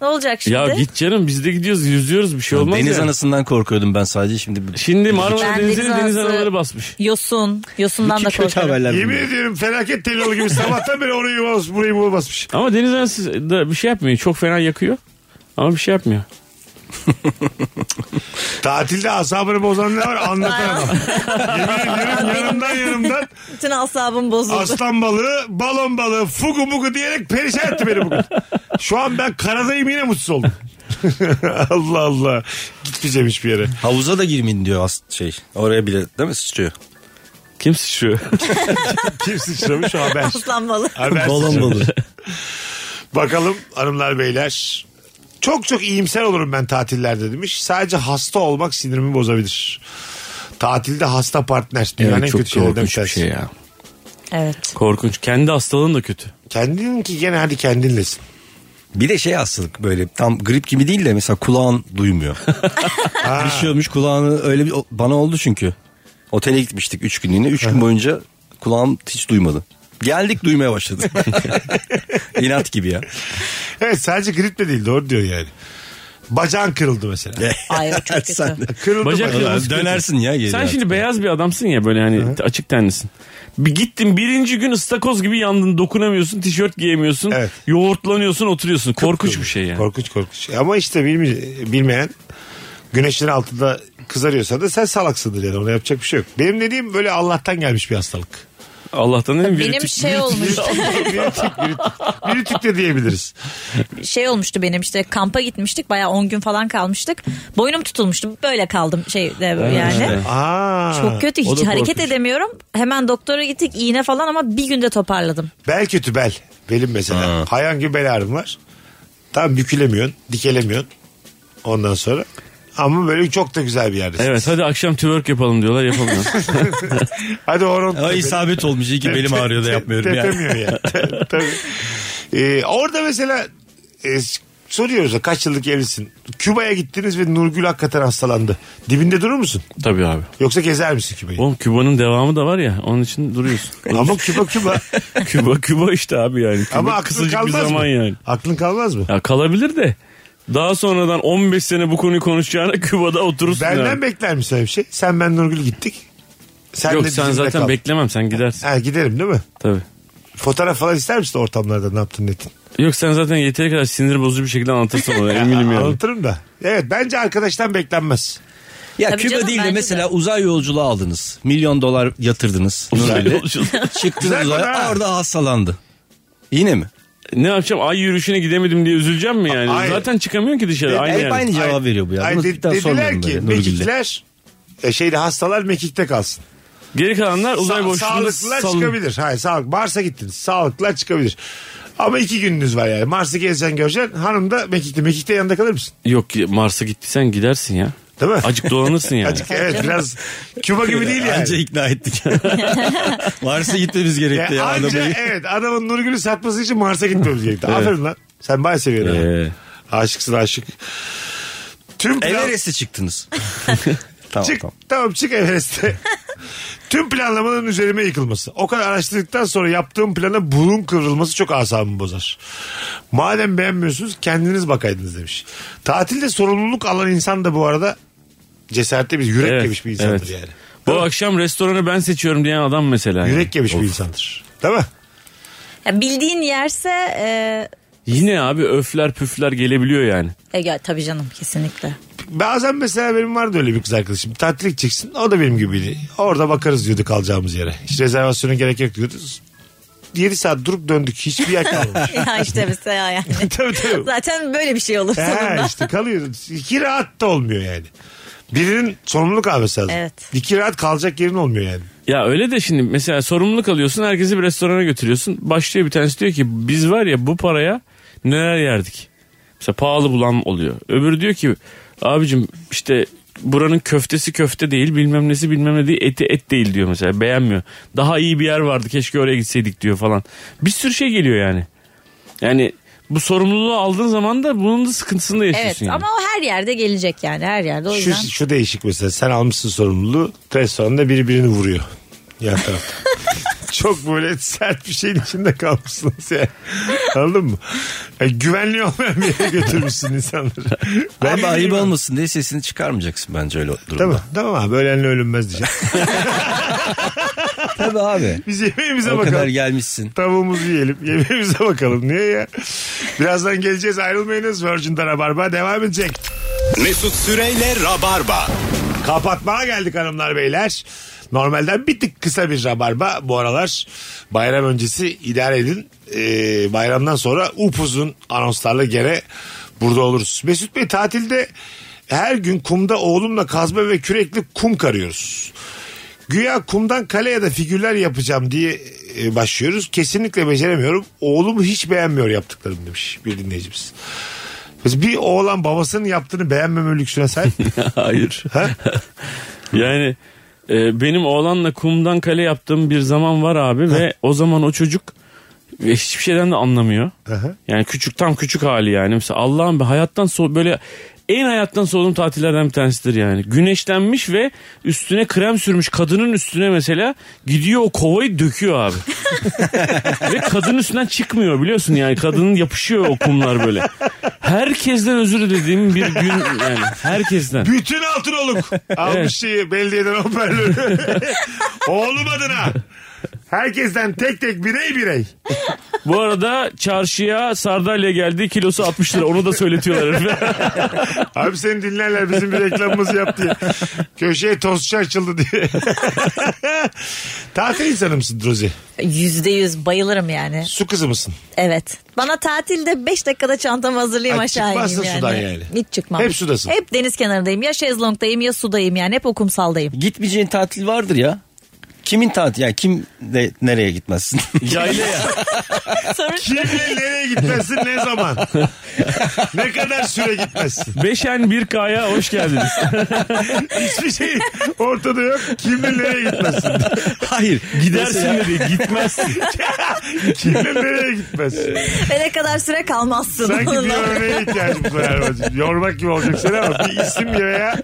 Speaker 3: Ne olacak şimdi?
Speaker 5: Ya git canım biz de gidiyoruz yüzüyoruz bir şey olmaz Şey,
Speaker 4: Deniz
Speaker 5: yani.
Speaker 4: anasından korkuyordum ben sadece şimdi.
Speaker 5: Şimdi Marmara
Speaker 3: Ben
Speaker 5: Denizi'ne
Speaker 3: deniz
Speaker 5: deniz
Speaker 3: anası-
Speaker 5: anaları basmış.
Speaker 3: Yosun. Yosundan da
Speaker 5: şey
Speaker 4: İki kötü
Speaker 3: korkarım.
Speaker 4: haberler
Speaker 2: Yemin
Speaker 4: bunlar.
Speaker 2: ediyorum felaket telyalı gibi sabahtan beri orayı bulmaz, burayı bulmazmış.
Speaker 5: Ama deniz anası da bir şey yapmıyor. Çok fena yakıyor. Ama bir şey yapmıyor.
Speaker 2: Tatilde asabını bozan ne var anlatamam. Yemin ediyorum yanımdan yanımdan
Speaker 3: Bütün asabım bozuldu.
Speaker 2: aslan balığı, balon balığı, fugu mugu diyerek perişan etti beni bugün. Şu an ben karadayım yine mutsuz oldum. Allah Allah. Gitmeyeceğim hiçbir yere.
Speaker 4: Havuza da girmeyin diyor as- şey. Oraya bile değil mi sıçrıyor?
Speaker 5: Kim sıçrıyor?
Speaker 2: Kim sıçramış o haber.
Speaker 3: Aslan balığı.
Speaker 2: haber
Speaker 4: Balon
Speaker 2: sıçramış.
Speaker 4: balığı.
Speaker 2: Bakalım hanımlar beyler. Çok çok iyimser olurum ben tatillerde demiş. Sadece hasta olmak sinirimi bozabilir. Tatilde hasta partner. Dünyanın en kötü şeylerinden bir şey. tanesi.
Speaker 4: şey
Speaker 5: ya.
Speaker 3: Evet.
Speaker 5: Korkunç. Kendi hastalığın da kötü.
Speaker 2: Kendinki gene hadi kendinlesin.
Speaker 4: Bir de şey hastalık böyle tam grip gibi değil de mesela kulağın duymuyor. bir şey olmuş kulağını öyle bir bana oldu çünkü. Otele gitmiştik 3 günlüğüne. 3 gün boyunca kulağım hiç duymadı. Geldik duymaya başladı. İnat gibi ya.
Speaker 2: Evet sadece grip de değil doğru diyor yani. Bacağın kırıldı mesela.
Speaker 3: Ay o çok kötü.
Speaker 4: Sen-
Speaker 2: Kırıldı
Speaker 5: Bacak
Speaker 2: bacağın.
Speaker 5: kırıldı. Nasıl
Speaker 4: Dönersin ya geri.
Speaker 5: Sen
Speaker 4: artık.
Speaker 5: şimdi beyaz bir adamsın ya böyle hani açık tenlisin. Bir gittin birinci gün ıstakoz gibi yandın dokunamıyorsun tişört giyemiyorsun.
Speaker 2: Evet.
Speaker 5: Yoğurtlanıyorsun oturuyorsun. Korkunç bir şey yani.
Speaker 2: Korkunç korkunç. Ama işte bilmi- bilmeyen güneşin altında kızarıyorsa da sen salaksındır yani ona yapacak bir şey yok. Benim dediğim böyle Allah'tan gelmiş bir hastalık.
Speaker 5: Allah'tan dedim.
Speaker 3: Benim
Speaker 5: virütik-
Speaker 3: şey olmuş.
Speaker 2: Biritik, biritik, biritik de diyebiliriz.
Speaker 3: şey olmuştu benim işte kampa gitmiştik. Bayağı 10 gün falan kalmıştık. Boynum tutulmuştu. Böyle kaldım şeyde yani.
Speaker 5: işte.
Speaker 2: Aa,
Speaker 3: Çok kötü
Speaker 5: o
Speaker 3: hiç
Speaker 5: da
Speaker 3: hareket
Speaker 5: korkunç.
Speaker 3: edemiyorum. Hemen doktora gittik iğne falan ama bir günde toparladım.
Speaker 2: Bel kötü bel. Belim mesela. Hayvan gibi bel ağrım var. Tam bükülemiyorsun, dikelemiyorsun. Ondan sonra. Ama böyle çok da güzel bir yerdesin.
Speaker 5: Evet hadi akşam twerk yapalım diyorlar yapamıyoruz.
Speaker 2: Hadi horon.
Speaker 4: Ay isabet olmuş. İyi ki belim ağrıyor da yapmıyorum ya.
Speaker 2: Tepemiyor ya. Tabii. Ee, orada mesela e, soruyoruz da kaç yıllık evlisin? Küba'ya gittiniz ve Nurgül hakikaten hastalandı. Dibinde durur musun?
Speaker 5: Tabii abi.
Speaker 2: Yoksa gezer misin Küba'yı?
Speaker 5: Oğlum Küba'nın devamı da var ya onun için duruyorsun.
Speaker 2: Ama Küba Küba.
Speaker 5: Küba Küba işte abi yani. Küba
Speaker 2: Ama aklın
Speaker 5: kısacık bir
Speaker 2: kalmaz
Speaker 5: zaman
Speaker 2: mı?
Speaker 5: yani.
Speaker 2: Aklın kalmaz mı?
Speaker 5: Ya kalabilir de daha sonradan 15 sene bu konuyu konuşacağına Küba'da oturursun.
Speaker 2: Benden
Speaker 5: yani.
Speaker 2: bekler misin öyle bir şey? Sen ben Nurgül gittik. Sen
Speaker 5: Yok
Speaker 2: de
Speaker 5: sen
Speaker 2: bizimle
Speaker 5: zaten
Speaker 2: kal.
Speaker 5: beklemem sen gidersin.
Speaker 2: Ha, giderim değil mi?
Speaker 5: Tabii.
Speaker 2: Fotoğraf falan ister misin ortamlarda ne yaptın ne ettin?
Speaker 5: Yok sen zaten yeteri kadar sinir bozucu bir şekilde anlatırsın onu eminim yani.
Speaker 2: Anlatırım da. Evet bence arkadaştan beklenmez.
Speaker 4: Ya
Speaker 3: Tabii
Speaker 4: Küba
Speaker 3: canım,
Speaker 4: değil de
Speaker 3: bence de.
Speaker 4: mesela uzay yolculuğu aldınız. Milyon dolar yatırdınız.
Speaker 5: Uzay
Speaker 4: Nurgül'e.
Speaker 5: yolculuğu.
Speaker 4: Çıktınız
Speaker 2: Güzel konu
Speaker 4: uzaya
Speaker 2: ha.
Speaker 4: orada hastalandı. Yine mi?
Speaker 5: ne yapacağım ay yürüyüşüne gidemedim diye üzüleceğim mi yani?
Speaker 2: Hayır. E,
Speaker 5: Zaten çıkamıyorsun ki dışarı. Aynı
Speaker 4: Hep
Speaker 5: yer.
Speaker 4: aynı cevap veriyor bu ya.
Speaker 2: Ay,
Speaker 4: Bunu
Speaker 2: de-
Speaker 4: bir daha
Speaker 2: dediler
Speaker 4: sormayalım böyle
Speaker 2: ki
Speaker 4: Nurgül'le.
Speaker 2: mekikler e, şeyde hastalar mekikte kalsın.
Speaker 5: Geri kalanlar uzay
Speaker 2: Sa-
Speaker 5: boşluğunda
Speaker 2: sağlıklılar
Speaker 5: salın.
Speaker 2: çıkabilir. Hayır sağlık. Mars'a gittiniz. Sağlıklılar çıkabilir. Ama iki gününüz var yani. Mars'ı gezeceksin göreceksin. Hanım da Mekik'te. Mekik'te yanında kalır mısın?
Speaker 5: Yok ki Mars'a gittiysen gidersin ya.
Speaker 2: Değil mi?
Speaker 5: Acık dolanırsın yani.
Speaker 2: Azıcık, evet biraz Küba gibi değil yani.
Speaker 4: Anca ikna ettik. Varsa gitmemiz
Speaker 2: Ya
Speaker 4: gerekti ya,
Speaker 2: E, anca
Speaker 4: adamı.
Speaker 2: evet adamın Nurgül'ü satması için Mars'a gitmemiz gerekti. Aferin lan. Sen bayağı seviyorsun. ha.
Speaker 5: Ee,
Speaker 2: Aşıksın aşık. Tüm plan...
Speaker 4: Everest'e çıktınız. tamam
Speaker 2: Çık,
Speaker 4: tamam.
Speaker 2: tamam. çık Everest'e. Tüm planlamanın üzerime yıkılması. O kadar araştırdıktan sonra yaptığım plana burun kıvrılması çok asabımı bozar. Madem beğenmiyorsunuz kendiniz bakaydınız demiş. Tatilde sorumluluk alan insan da bu arada cesaretli bir yürek
Speaker 5: Evet,
Speaker 2: yemiş bir insandır
Speaker 5: evet.
Speaker 2: yani.
Speaker 5: bu akşam restoranı ben seçiyorum diyen adam mesela. yani.
Speaker 2: Yürek yemiş
Speaker 5: Of.
Speaker 2: bir insandır. Değil mi?
Speaker 3: Ya bildiğin yerse e,
Speaker 5: Yine abi öfler püfler gelebiliyor yani.
Speaker 3: e, gel- tabii canım kesinlikle.
Speaker 2: Bazen mesela benim vardı öyle bir kız arkadaşım. Tatile gideceksin. O da benim gibiydi. Orada bakarız diyordu kalacağımız yere. Hiç rezervasyona gerek yok diyordu. 7 saat durup döndük. Hiçbir yer kalmamış.
Speaker 3: ya işte mesela yani.
Speaker 2: tabii tabii.
Speaker 3: Zaten böyle bir şey olur
Speaker 2: He
Speaker 3: sonunda.
Speaker 2: işte kalıyoruz. İki rahat da olmuyor yani. Birinin sorumluluk alması lazım.
Speaker 3: Evet.
Speaker 2: İki rahat kalacak yerin olmuyor yani.
Speaker 5: Ya öyle de şimdi mesela sorumluluk alıyorsun herkesi bir restorana götürüyorsun. Başlıyor bir tanesi diyor ki biz var ya bu paraya neler yerdik. Mesela pahalı bulan oluyor. Öbürü diyor ki abicim işte buranın köftesi köfte değil bilmem nesi bilmem ne değil eti et değil diyor mesela beğenmiyor. Daha iyi bir yer vardı keşke oraya gitseydik diyor falan. Bir sürü şey geliyor yani. Yani bu sorumluluğu aldığın zaman da bunun da sıkıntısını da
Speaker 3: Evet
Speaker 5: yaşıyorsun. yani.
Speaker 3: ama o her yerde gelecek yani her yerde o
Speaker 2: Şu, şey.
Speaker 3: yüzden.
Speaker 2: şu değişik mesela sen almışsın sorumluluğu restoranda biri birini vuruyor. Yan tarafta. Çok böyle sert bir şeyin içinde kalmışsınız ya. Anladın mı? Yani güvenli olmayan bir yere götürmüşsün insanları. Ben
Speaker 4: Abi
Speaker 2: de
Speaker 4: ayıp
Speaker 2: bilmiyorum.
Speaker 4: olmasın diye sesini çıkarmayacaksın bence öyle durumda.
Speaker 2: Tamam, tamam abi ölenle ölünmez diyeceğim.
Speaker 4: Tabii abi.
Speaker 2: Biz yemeğimize
Speaker 4: o kadar
Speaker 2: bakalım.
Speaker 4: gelmişsin.
Speaker 2: Tavuğumuzu yiyelim. Yemeğimize bakalım. Niye ya? Birazdan geleceğiz ayrılmayınız. Virgin'de Rabarba devam edecek.
Speaker 1: Mesut Süreyle Rabarba.
Speaker 2: Kapatmaya geldik hanımlar beyler. Normalden bir tık kısa bir rabarba. Bu aralar bayram öncesi idare edin. Ee, bayramdan sonra upuzun anonslarla gene burada oluruz. Mesut Bey tatilde her gün kumda oğlumla kazma ve kürekli kum karıyoruz. Güya kumdan kale ya da figürler yapacağım diye e, başlıyoruz. Kesinlikle beceremiyorum. Oğlum hiç beğenmiyor yaptıklarım demiş bir dinleyicimiz. Biz bir oğlan babasının yaptığını beğenmeme lüksüne sahip mi?
Speaker 5: Hayır.
Speaker 2: Ha?
Speaker 5: Yani e, benim oğlanla kumdan kale yaptığım bir zaman var abi ve o zaman o çocuk ve hiçbir şeyden de anlamıyor.
Speaker 2: Aha.
Speaker 5: Yani küçük tam küçük hali yani. Mesela Allah'ım be hayattan so böyle en hayattan soğuduğum tatillerden bir tanesidir yani. Güneşlenmiş ve üstüne krem sürmüş kadının üstüne mesela gidiyor o kovayı döküyor abi. Ve kadın üstünden çıkmıyor biliyorsun yani. Kadının yapışıyor o kumlar böyle. Herkesten özür dilediğim bir gün yani. Herkesten.
Speaker 2: Bütün altın oluk. Almış
Speaker 5: Evet.
Speaker 2: şeyi belediyeden hoparlörü. Oğlum adına. Herkesten tek tek birey birey.
Speaker 5: Bu arada çarşıya sardalya geldi kilosu 60 lira onu da söyletiyorlar herife.
Speaker 2: Abi seni dinlerler bizim bir reklamımızı yap diye. Köşeye tostçu açıldı diye. Tatil insanı mısın Drozi?
Speaker 3: Yüzde yüz bayılırım yani.
Speaker 2: Su kızı mısın?
Speaker 3: Evet. Bana tatilde 5 dakikada çantamı hazırlayayım
Speaker 2: Ay,
Speaker 3: aşağı ineyim yani.
Speaker 2: çıkmazsın sudan yani.
Speaker 3: Hiç çıkmam.
Speaker 2: Hep sudasın.
Speaker 3: Hep deniz kenarındayım. Ya şezlongdayım ya sudayım yani. Hep o kumsaldayım.
Speaker 4: Gitmeyeceğin tatil vardır ya. Kimin tatili? Yani kim de, nereye gitmezsin?
Speaker 5: Yayla ya.
Speaker 2: Kimle nereye gitmezsin ne zaman? ne kadar süre gitmezsin?
Speaker 5: Beşen 1K'ya hoş geldiniz.
Speaker 2: Hiçbir şey ortada yok. Kimle nereye gitmezsin?
Speaker 4: Hayır.
Speaker 5: Gidersin dedi gitmezsin.
Speaker 2: Kimle nereye gitmezsin?
Speaker 3: Ve ne kadar süre kalmazsın.
Speaker 2: Sanki bir
Speaker 3: onunla.
Speaker 2: örneğe ihtiyacımız var Erman'cığım. Yormak gibi olacak seni ama bir isim ya veya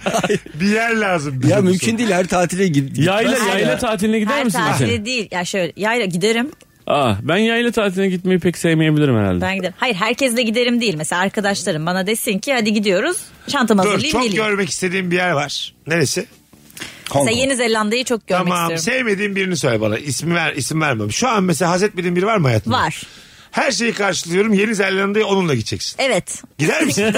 Speaker 2: bir yer lazım. bize
Speaker 4: Ya
Speaker 2: bu
Speaker 4: mümkün değil her tatile git.
Speaker 5: Yayla,
Speaker 4: gitmezsin
Speaker 5: yayla
Speaker 4: ya.
Speaker 5: tatiline gider
Speaker 3: Her
Speaker 5: misin? mesela?
Speaker 3: tatile değil. Ya şöyle yayla giderim.
Speaker 5: Aa, ben yayla tatiline gitmeyi pek sevmeyebilirim herhalde.
Speaker 3: Ben giderim. Hayır herkesle giderim değil. Mesela arkadaşlarım bana desin ki hadi gidiyoruz. Çantamı
Speaker 2: soru. Dur
Speaker 3: hazırlayayım
Speaker 2: çok
Speaker 3: geleyim.
Speaker 2: görmek istediğim bir yer var. Neresi?
Speaker 4: Hong
Speaker 3: Mesela
Speaker 4: Kong.
Speaker 3: Yeni Zelanda'yı çok görmek
Speaker 2: tamam
Speaker 3: istiyorum.
Speaker 2: sevmediğin birini söyle bana. İsmi ver, isim vermem. Şu an mesela haz etmediğin biri var mı hayatında?
Speaker 3: Var.
Speaker 2: Her şeyi karşılıyorum. Yeni Zelanda'ya onunla gideceksin.
Speaker 3: Evet.
Speaker 2: Gider misin?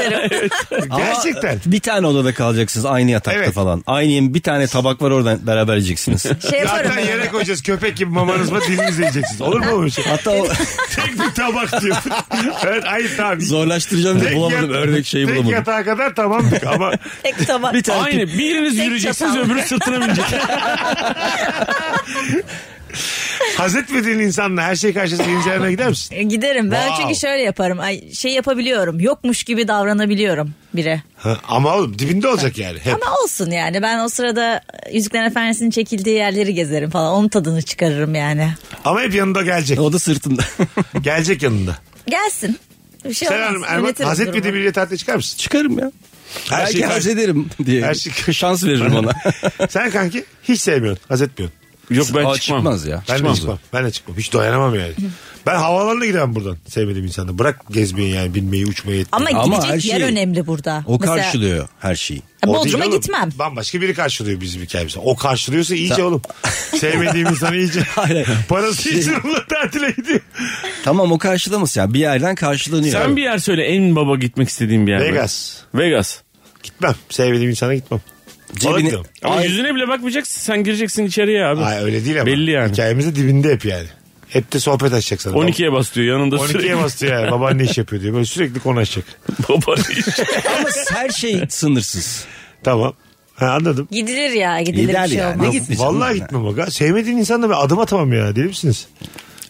Speaker 2: Gerçekten.
Speaker 4: Bir tane odada kalacaksınız aynı yatakta
Speaker 2: Evet.
Speaker 4: falan. Aynı yem- bir tane tabak var oradan beraber yiyeceksiniz.
Speaker 3: Şey yaparım.
Speaker 2: Zaten yere koyacağız köpek gibi mamanız var dilinizi yiyeceksiniz. Olur mu öyle şey?
Speaker 4: Hatta o-
Speaker 2: Tek bir tabak diyor. evet, hayır tamam.
Speaker 4: zorlaştıracağım diye
Speaker 2: Tek
Speaker 4: bulamadım.
Speaker 2: yat-
Speaker 4: Örnek şeyi
Speaker 2: Tek
Speaker 4: bulamadım.
Speaker 2: yatağa kadar tamamdık ama
Speaker 3: Tek tabak.
Speaker 4: Bir tane
Speaker 5: Aynı biriniz
Speaker 3: Tek
Speaker 5: yürüyeceksiniz
Speaker 3: çatal.
Speaker 5: öbürü sırtına binecek.
Speaker 2: haz etmediğin insanla her şey karşısında Yeni Zelanda'ya gider misin?
Speaker 3: E, Giderim. Ben
Speaker 2: Wow.
Speaker 3: çünkü şöyle yaparım. Ay, şey yapabiliyorum. Yokmuş gibi davranabiliyorum bire.
Speaker 2: Ha, ama oğlum dibinde olacak yani. Hep.
Speaker 3: Ama olsun yani. Ben o sırada Yüzüklerin Efendisi'nin çekildiği yerleri gezerim falan. Onun tadını çıkarırım yani.
Speaker 2: Ama hep yanında gelecek.
Speaker 4: O da sırtında.
Speaker 2: Gelecek yanında.
Speaker 3: Gelsin. Bir şey
Speaker 2: Sen
Speaker 3: olmaz.
Speaker 2: hanım Erman
Speaker 3: Yönetirim
Speaker 2: haz etmediği
Speaker 3: durumu.
Speaker 2: biriyle tatile çıkar mısın?
Speaker 4: Çıkarım ya.
Speaker 2: Her
Speaker 4: Belki
Speaker 2: şey
Speaker 4: haz
Speaker 2: karşı-
Speaker 4: ederim diye.
Speaker 2: Her şey-
Speaker 4: Şans veririm ona.
Speaker 2: Sen kanki hiç sevmiyorsun. Haz etmiyorsun.
Speaker 5: Yok ben
Speaker 4: Aa,
Speaker 5: çıkmam.
Speaker 4: Çıkmaz ya.
Speaker 2: Ben
Speaker 5: Çıkmaz
Speaker 2: de çıkmam. Ben de çıkmam. Hiç dayanamam yani. ben havalarına gidemem buradan. Sevmediğim insanda. Bırak gezmeyi yani binmeyi uçmayı.
Speaker 3: Ama,
Speaker 4: Ama her
Speaker 3: gidecek yer
Speaker 4: şey-
Speaker 3: önemli burada.
Speaker 4: O
Speaker 3: Mesela-
Speaker 4: karşılıyor her şeyi.
Speaker 3: Ya,
Speaker 2: O
Speaker 3: Bodrum'a
Speaker 2: değil oğlum.
Speaker 3: gitmem.
Speaker 2: Bambaşka biri karşılıyor bizim hikayemizi. O karşılıyorsa iyice oğlum. Sevmediğim insan iyice.
Speaker 4: Hayır, Şey- hayır.
Speaker 2: Parası için onunla tatile gidiyor.
Speaker 4: Tamam o karşılaması ya. Bir yerden karşılanıyor.
Speaker 5: Sen bir yer söyle en baba gitmek istediğin bir yer.
Speaker 2: Vegas.
Speaker 5: Vegas.
Speaker 2: Gitmem. Sevmediğim insana gitmem.
Speaker 4: Cebine-
Speaker 2: Olamıyorum.
Speaker 5: Ama yüzüne bile bakmayacaksın sen gireceksin içeriye abi.
Speaker 2: Ay öyle değil ama.
Speaker 5: Belli yani.
Speaker 2: Hikayemizi dibinde hep yani. Hep de sohbet açacak sana.
Speaker 5: 12'ye bas diyor yanında
Speaker 2: 12'ye
Speaker 5: sürekli.
Speaker 2: bastı ya. Baban ne iş yapıyor diyor. Böyle sürekli konu açacak.
Speaker 5: Baba diyor.
Speaker 4: Ama her şey sınırsız.
Speaker 2: Tamam. Ha, anladım.
Speaker 3: Gidilir ya gidilir
Speaker 4: Gider
Speaker 3: bir şey
Speaker 4: yani.
Speaker 3: olmaz.
Speaker 4: Ne gitmeyeceğim
Speaker 2: Vallahi
Speaker 4: ben.
Speaker 2: gitmem bak. ha. Sevmediğin insanla ben adım atamam ya. Deli misiniz?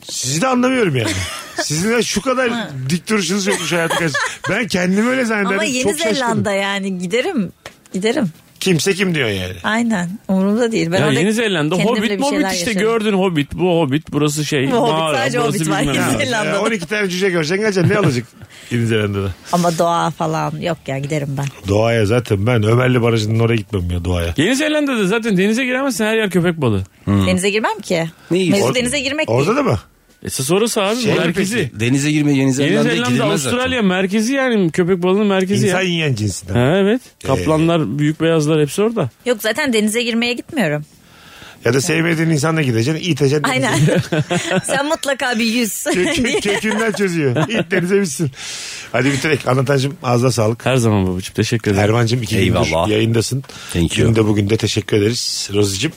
Speaker 2: Sizi de anlamıyorum yani. Sizinle şu kadar dik duruşunuz yokmuş hayatı karşı. Ben kendimi öyle zannederdim.
Speaker 3: Ama Yeni
Speaker 2: Çok şaşkınım.
Speaker 3: Zelanda yani giderim. Giderim.
Speaker 2: Kimse kim diyor yani.
Speaker 3: Aynen. Umurumda değil. Ben
Speaker 5: Ya
Speaker 3: orada
Speaker 5: Yeni Zelanda
Speaker 3: kendimle
Speaker 5: Hobbit,
Speaker 3: bir
Speaker 5: Hobbit
Speaker 3: şeyler
Speaker 5: işte
Speaker 3: yaşarım.
Speaker 5: gördün Hobbit, bu Hobbit, burası şey.
Speaker 3: Bu Hobbit,
Speaker 5: mağara,
Speaker 3: sadece
Speaker 5: burası
Speaker 3: Hobbit var.
Speaker 5: bilmem ne.
Speaker 3: Yeni
Speaker 2: Ya,
Speaker 3: Zelanda'da.
Speaker 2: ya 12 tane cüce göreceksin geleceksin ne alacak Yeni Zelanda'da?
Speaker 3: Ama doğa falan yok ya giderim ben.
Speaker 2: Doğaya zaten ben Ömerli Barajı'nın oraya gitmem ya doğaya.
Speaker 5: Yeni Zelanda'da zaten denize giremezsin her yer köpek balığı.
Speaker 3: Denize girmem ki.
Speaker 4: Neyi?
Speaker 3: Mevzu
Speaker 4: Or-
Speaker 3: denize girmek
Speaker 2: Hmm. Orada
Speaker 3: değil.
Speaker 2: da mı?
Speaker 5: Esas E, orası abi
Speaker 2: Şey mi
Speaker 5: merkezi.
Speaker 4: Denize girmeye Yeni
Speaker 5: Yeni
Speaker 4: Zelanda'ya
Speaker 5: Zelanda
Speaker 4: girilmez zaten.
Speaker 5: Avustralya merkezi yani köpek balığının merkezi
Speaker 2: İnsan Ee.
Speaker 5: ya.
Speaker 2: yiyen cinsinden.
Speaker 5: Ha, evet. Kaplanlar, büyük beyazlar hepsi orada.
Speaker 3: Yok zaten denize girmeye gitmiyorum.
Speaker 2: Ya da sevmediğin insanla gideceksin iteceksin.
Speaker 3: Aynen. Sen mutlaka bir yüz.
Speaker 2: Kökü, kökünden çözüyor. İt denize bitsin. Hadi bitirek. Anlatancım ağzına sağlık.
Speaker 5: Her zaman babacığım teşekkür ederim.
Speaker 2: Erman'cım iki
Speaker 4: Eyvallah.
Speaker 2: gündür yayındasın.
Speaker 4: Thank you.
Speaker 2: Dün de bugün de teşekkür ederiz. Rozi'cim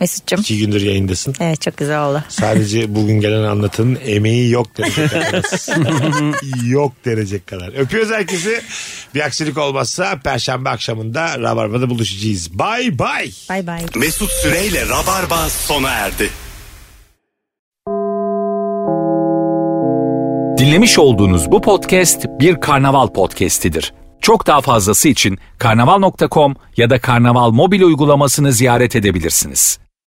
Speaker 3: Mesut'cum.
Speaker 2: iki gündür yayındasın.
Speaker 3: Evet çok güzel oldu.
Speaker 2: Sadece bugün gelen anlatının emeği yok denecek kadar. yok denecek kadar. Öpüyoruz herkesi. Bir aksilik olmazsa perşembe akşamında Rabarba'da buluşacağız. Bay bay.
Speaker 3: Bay bay.
Speaker 1: Mesut Süreyle Rabarba sona erdi.
Speaker 6: Dinlemiş olduğunuz bu podcast bir karnaval podcastidir. Çok daha fazlası için karnaval.com ya da karnaval mobil uygulamasını ziyaret edebilirsiniz.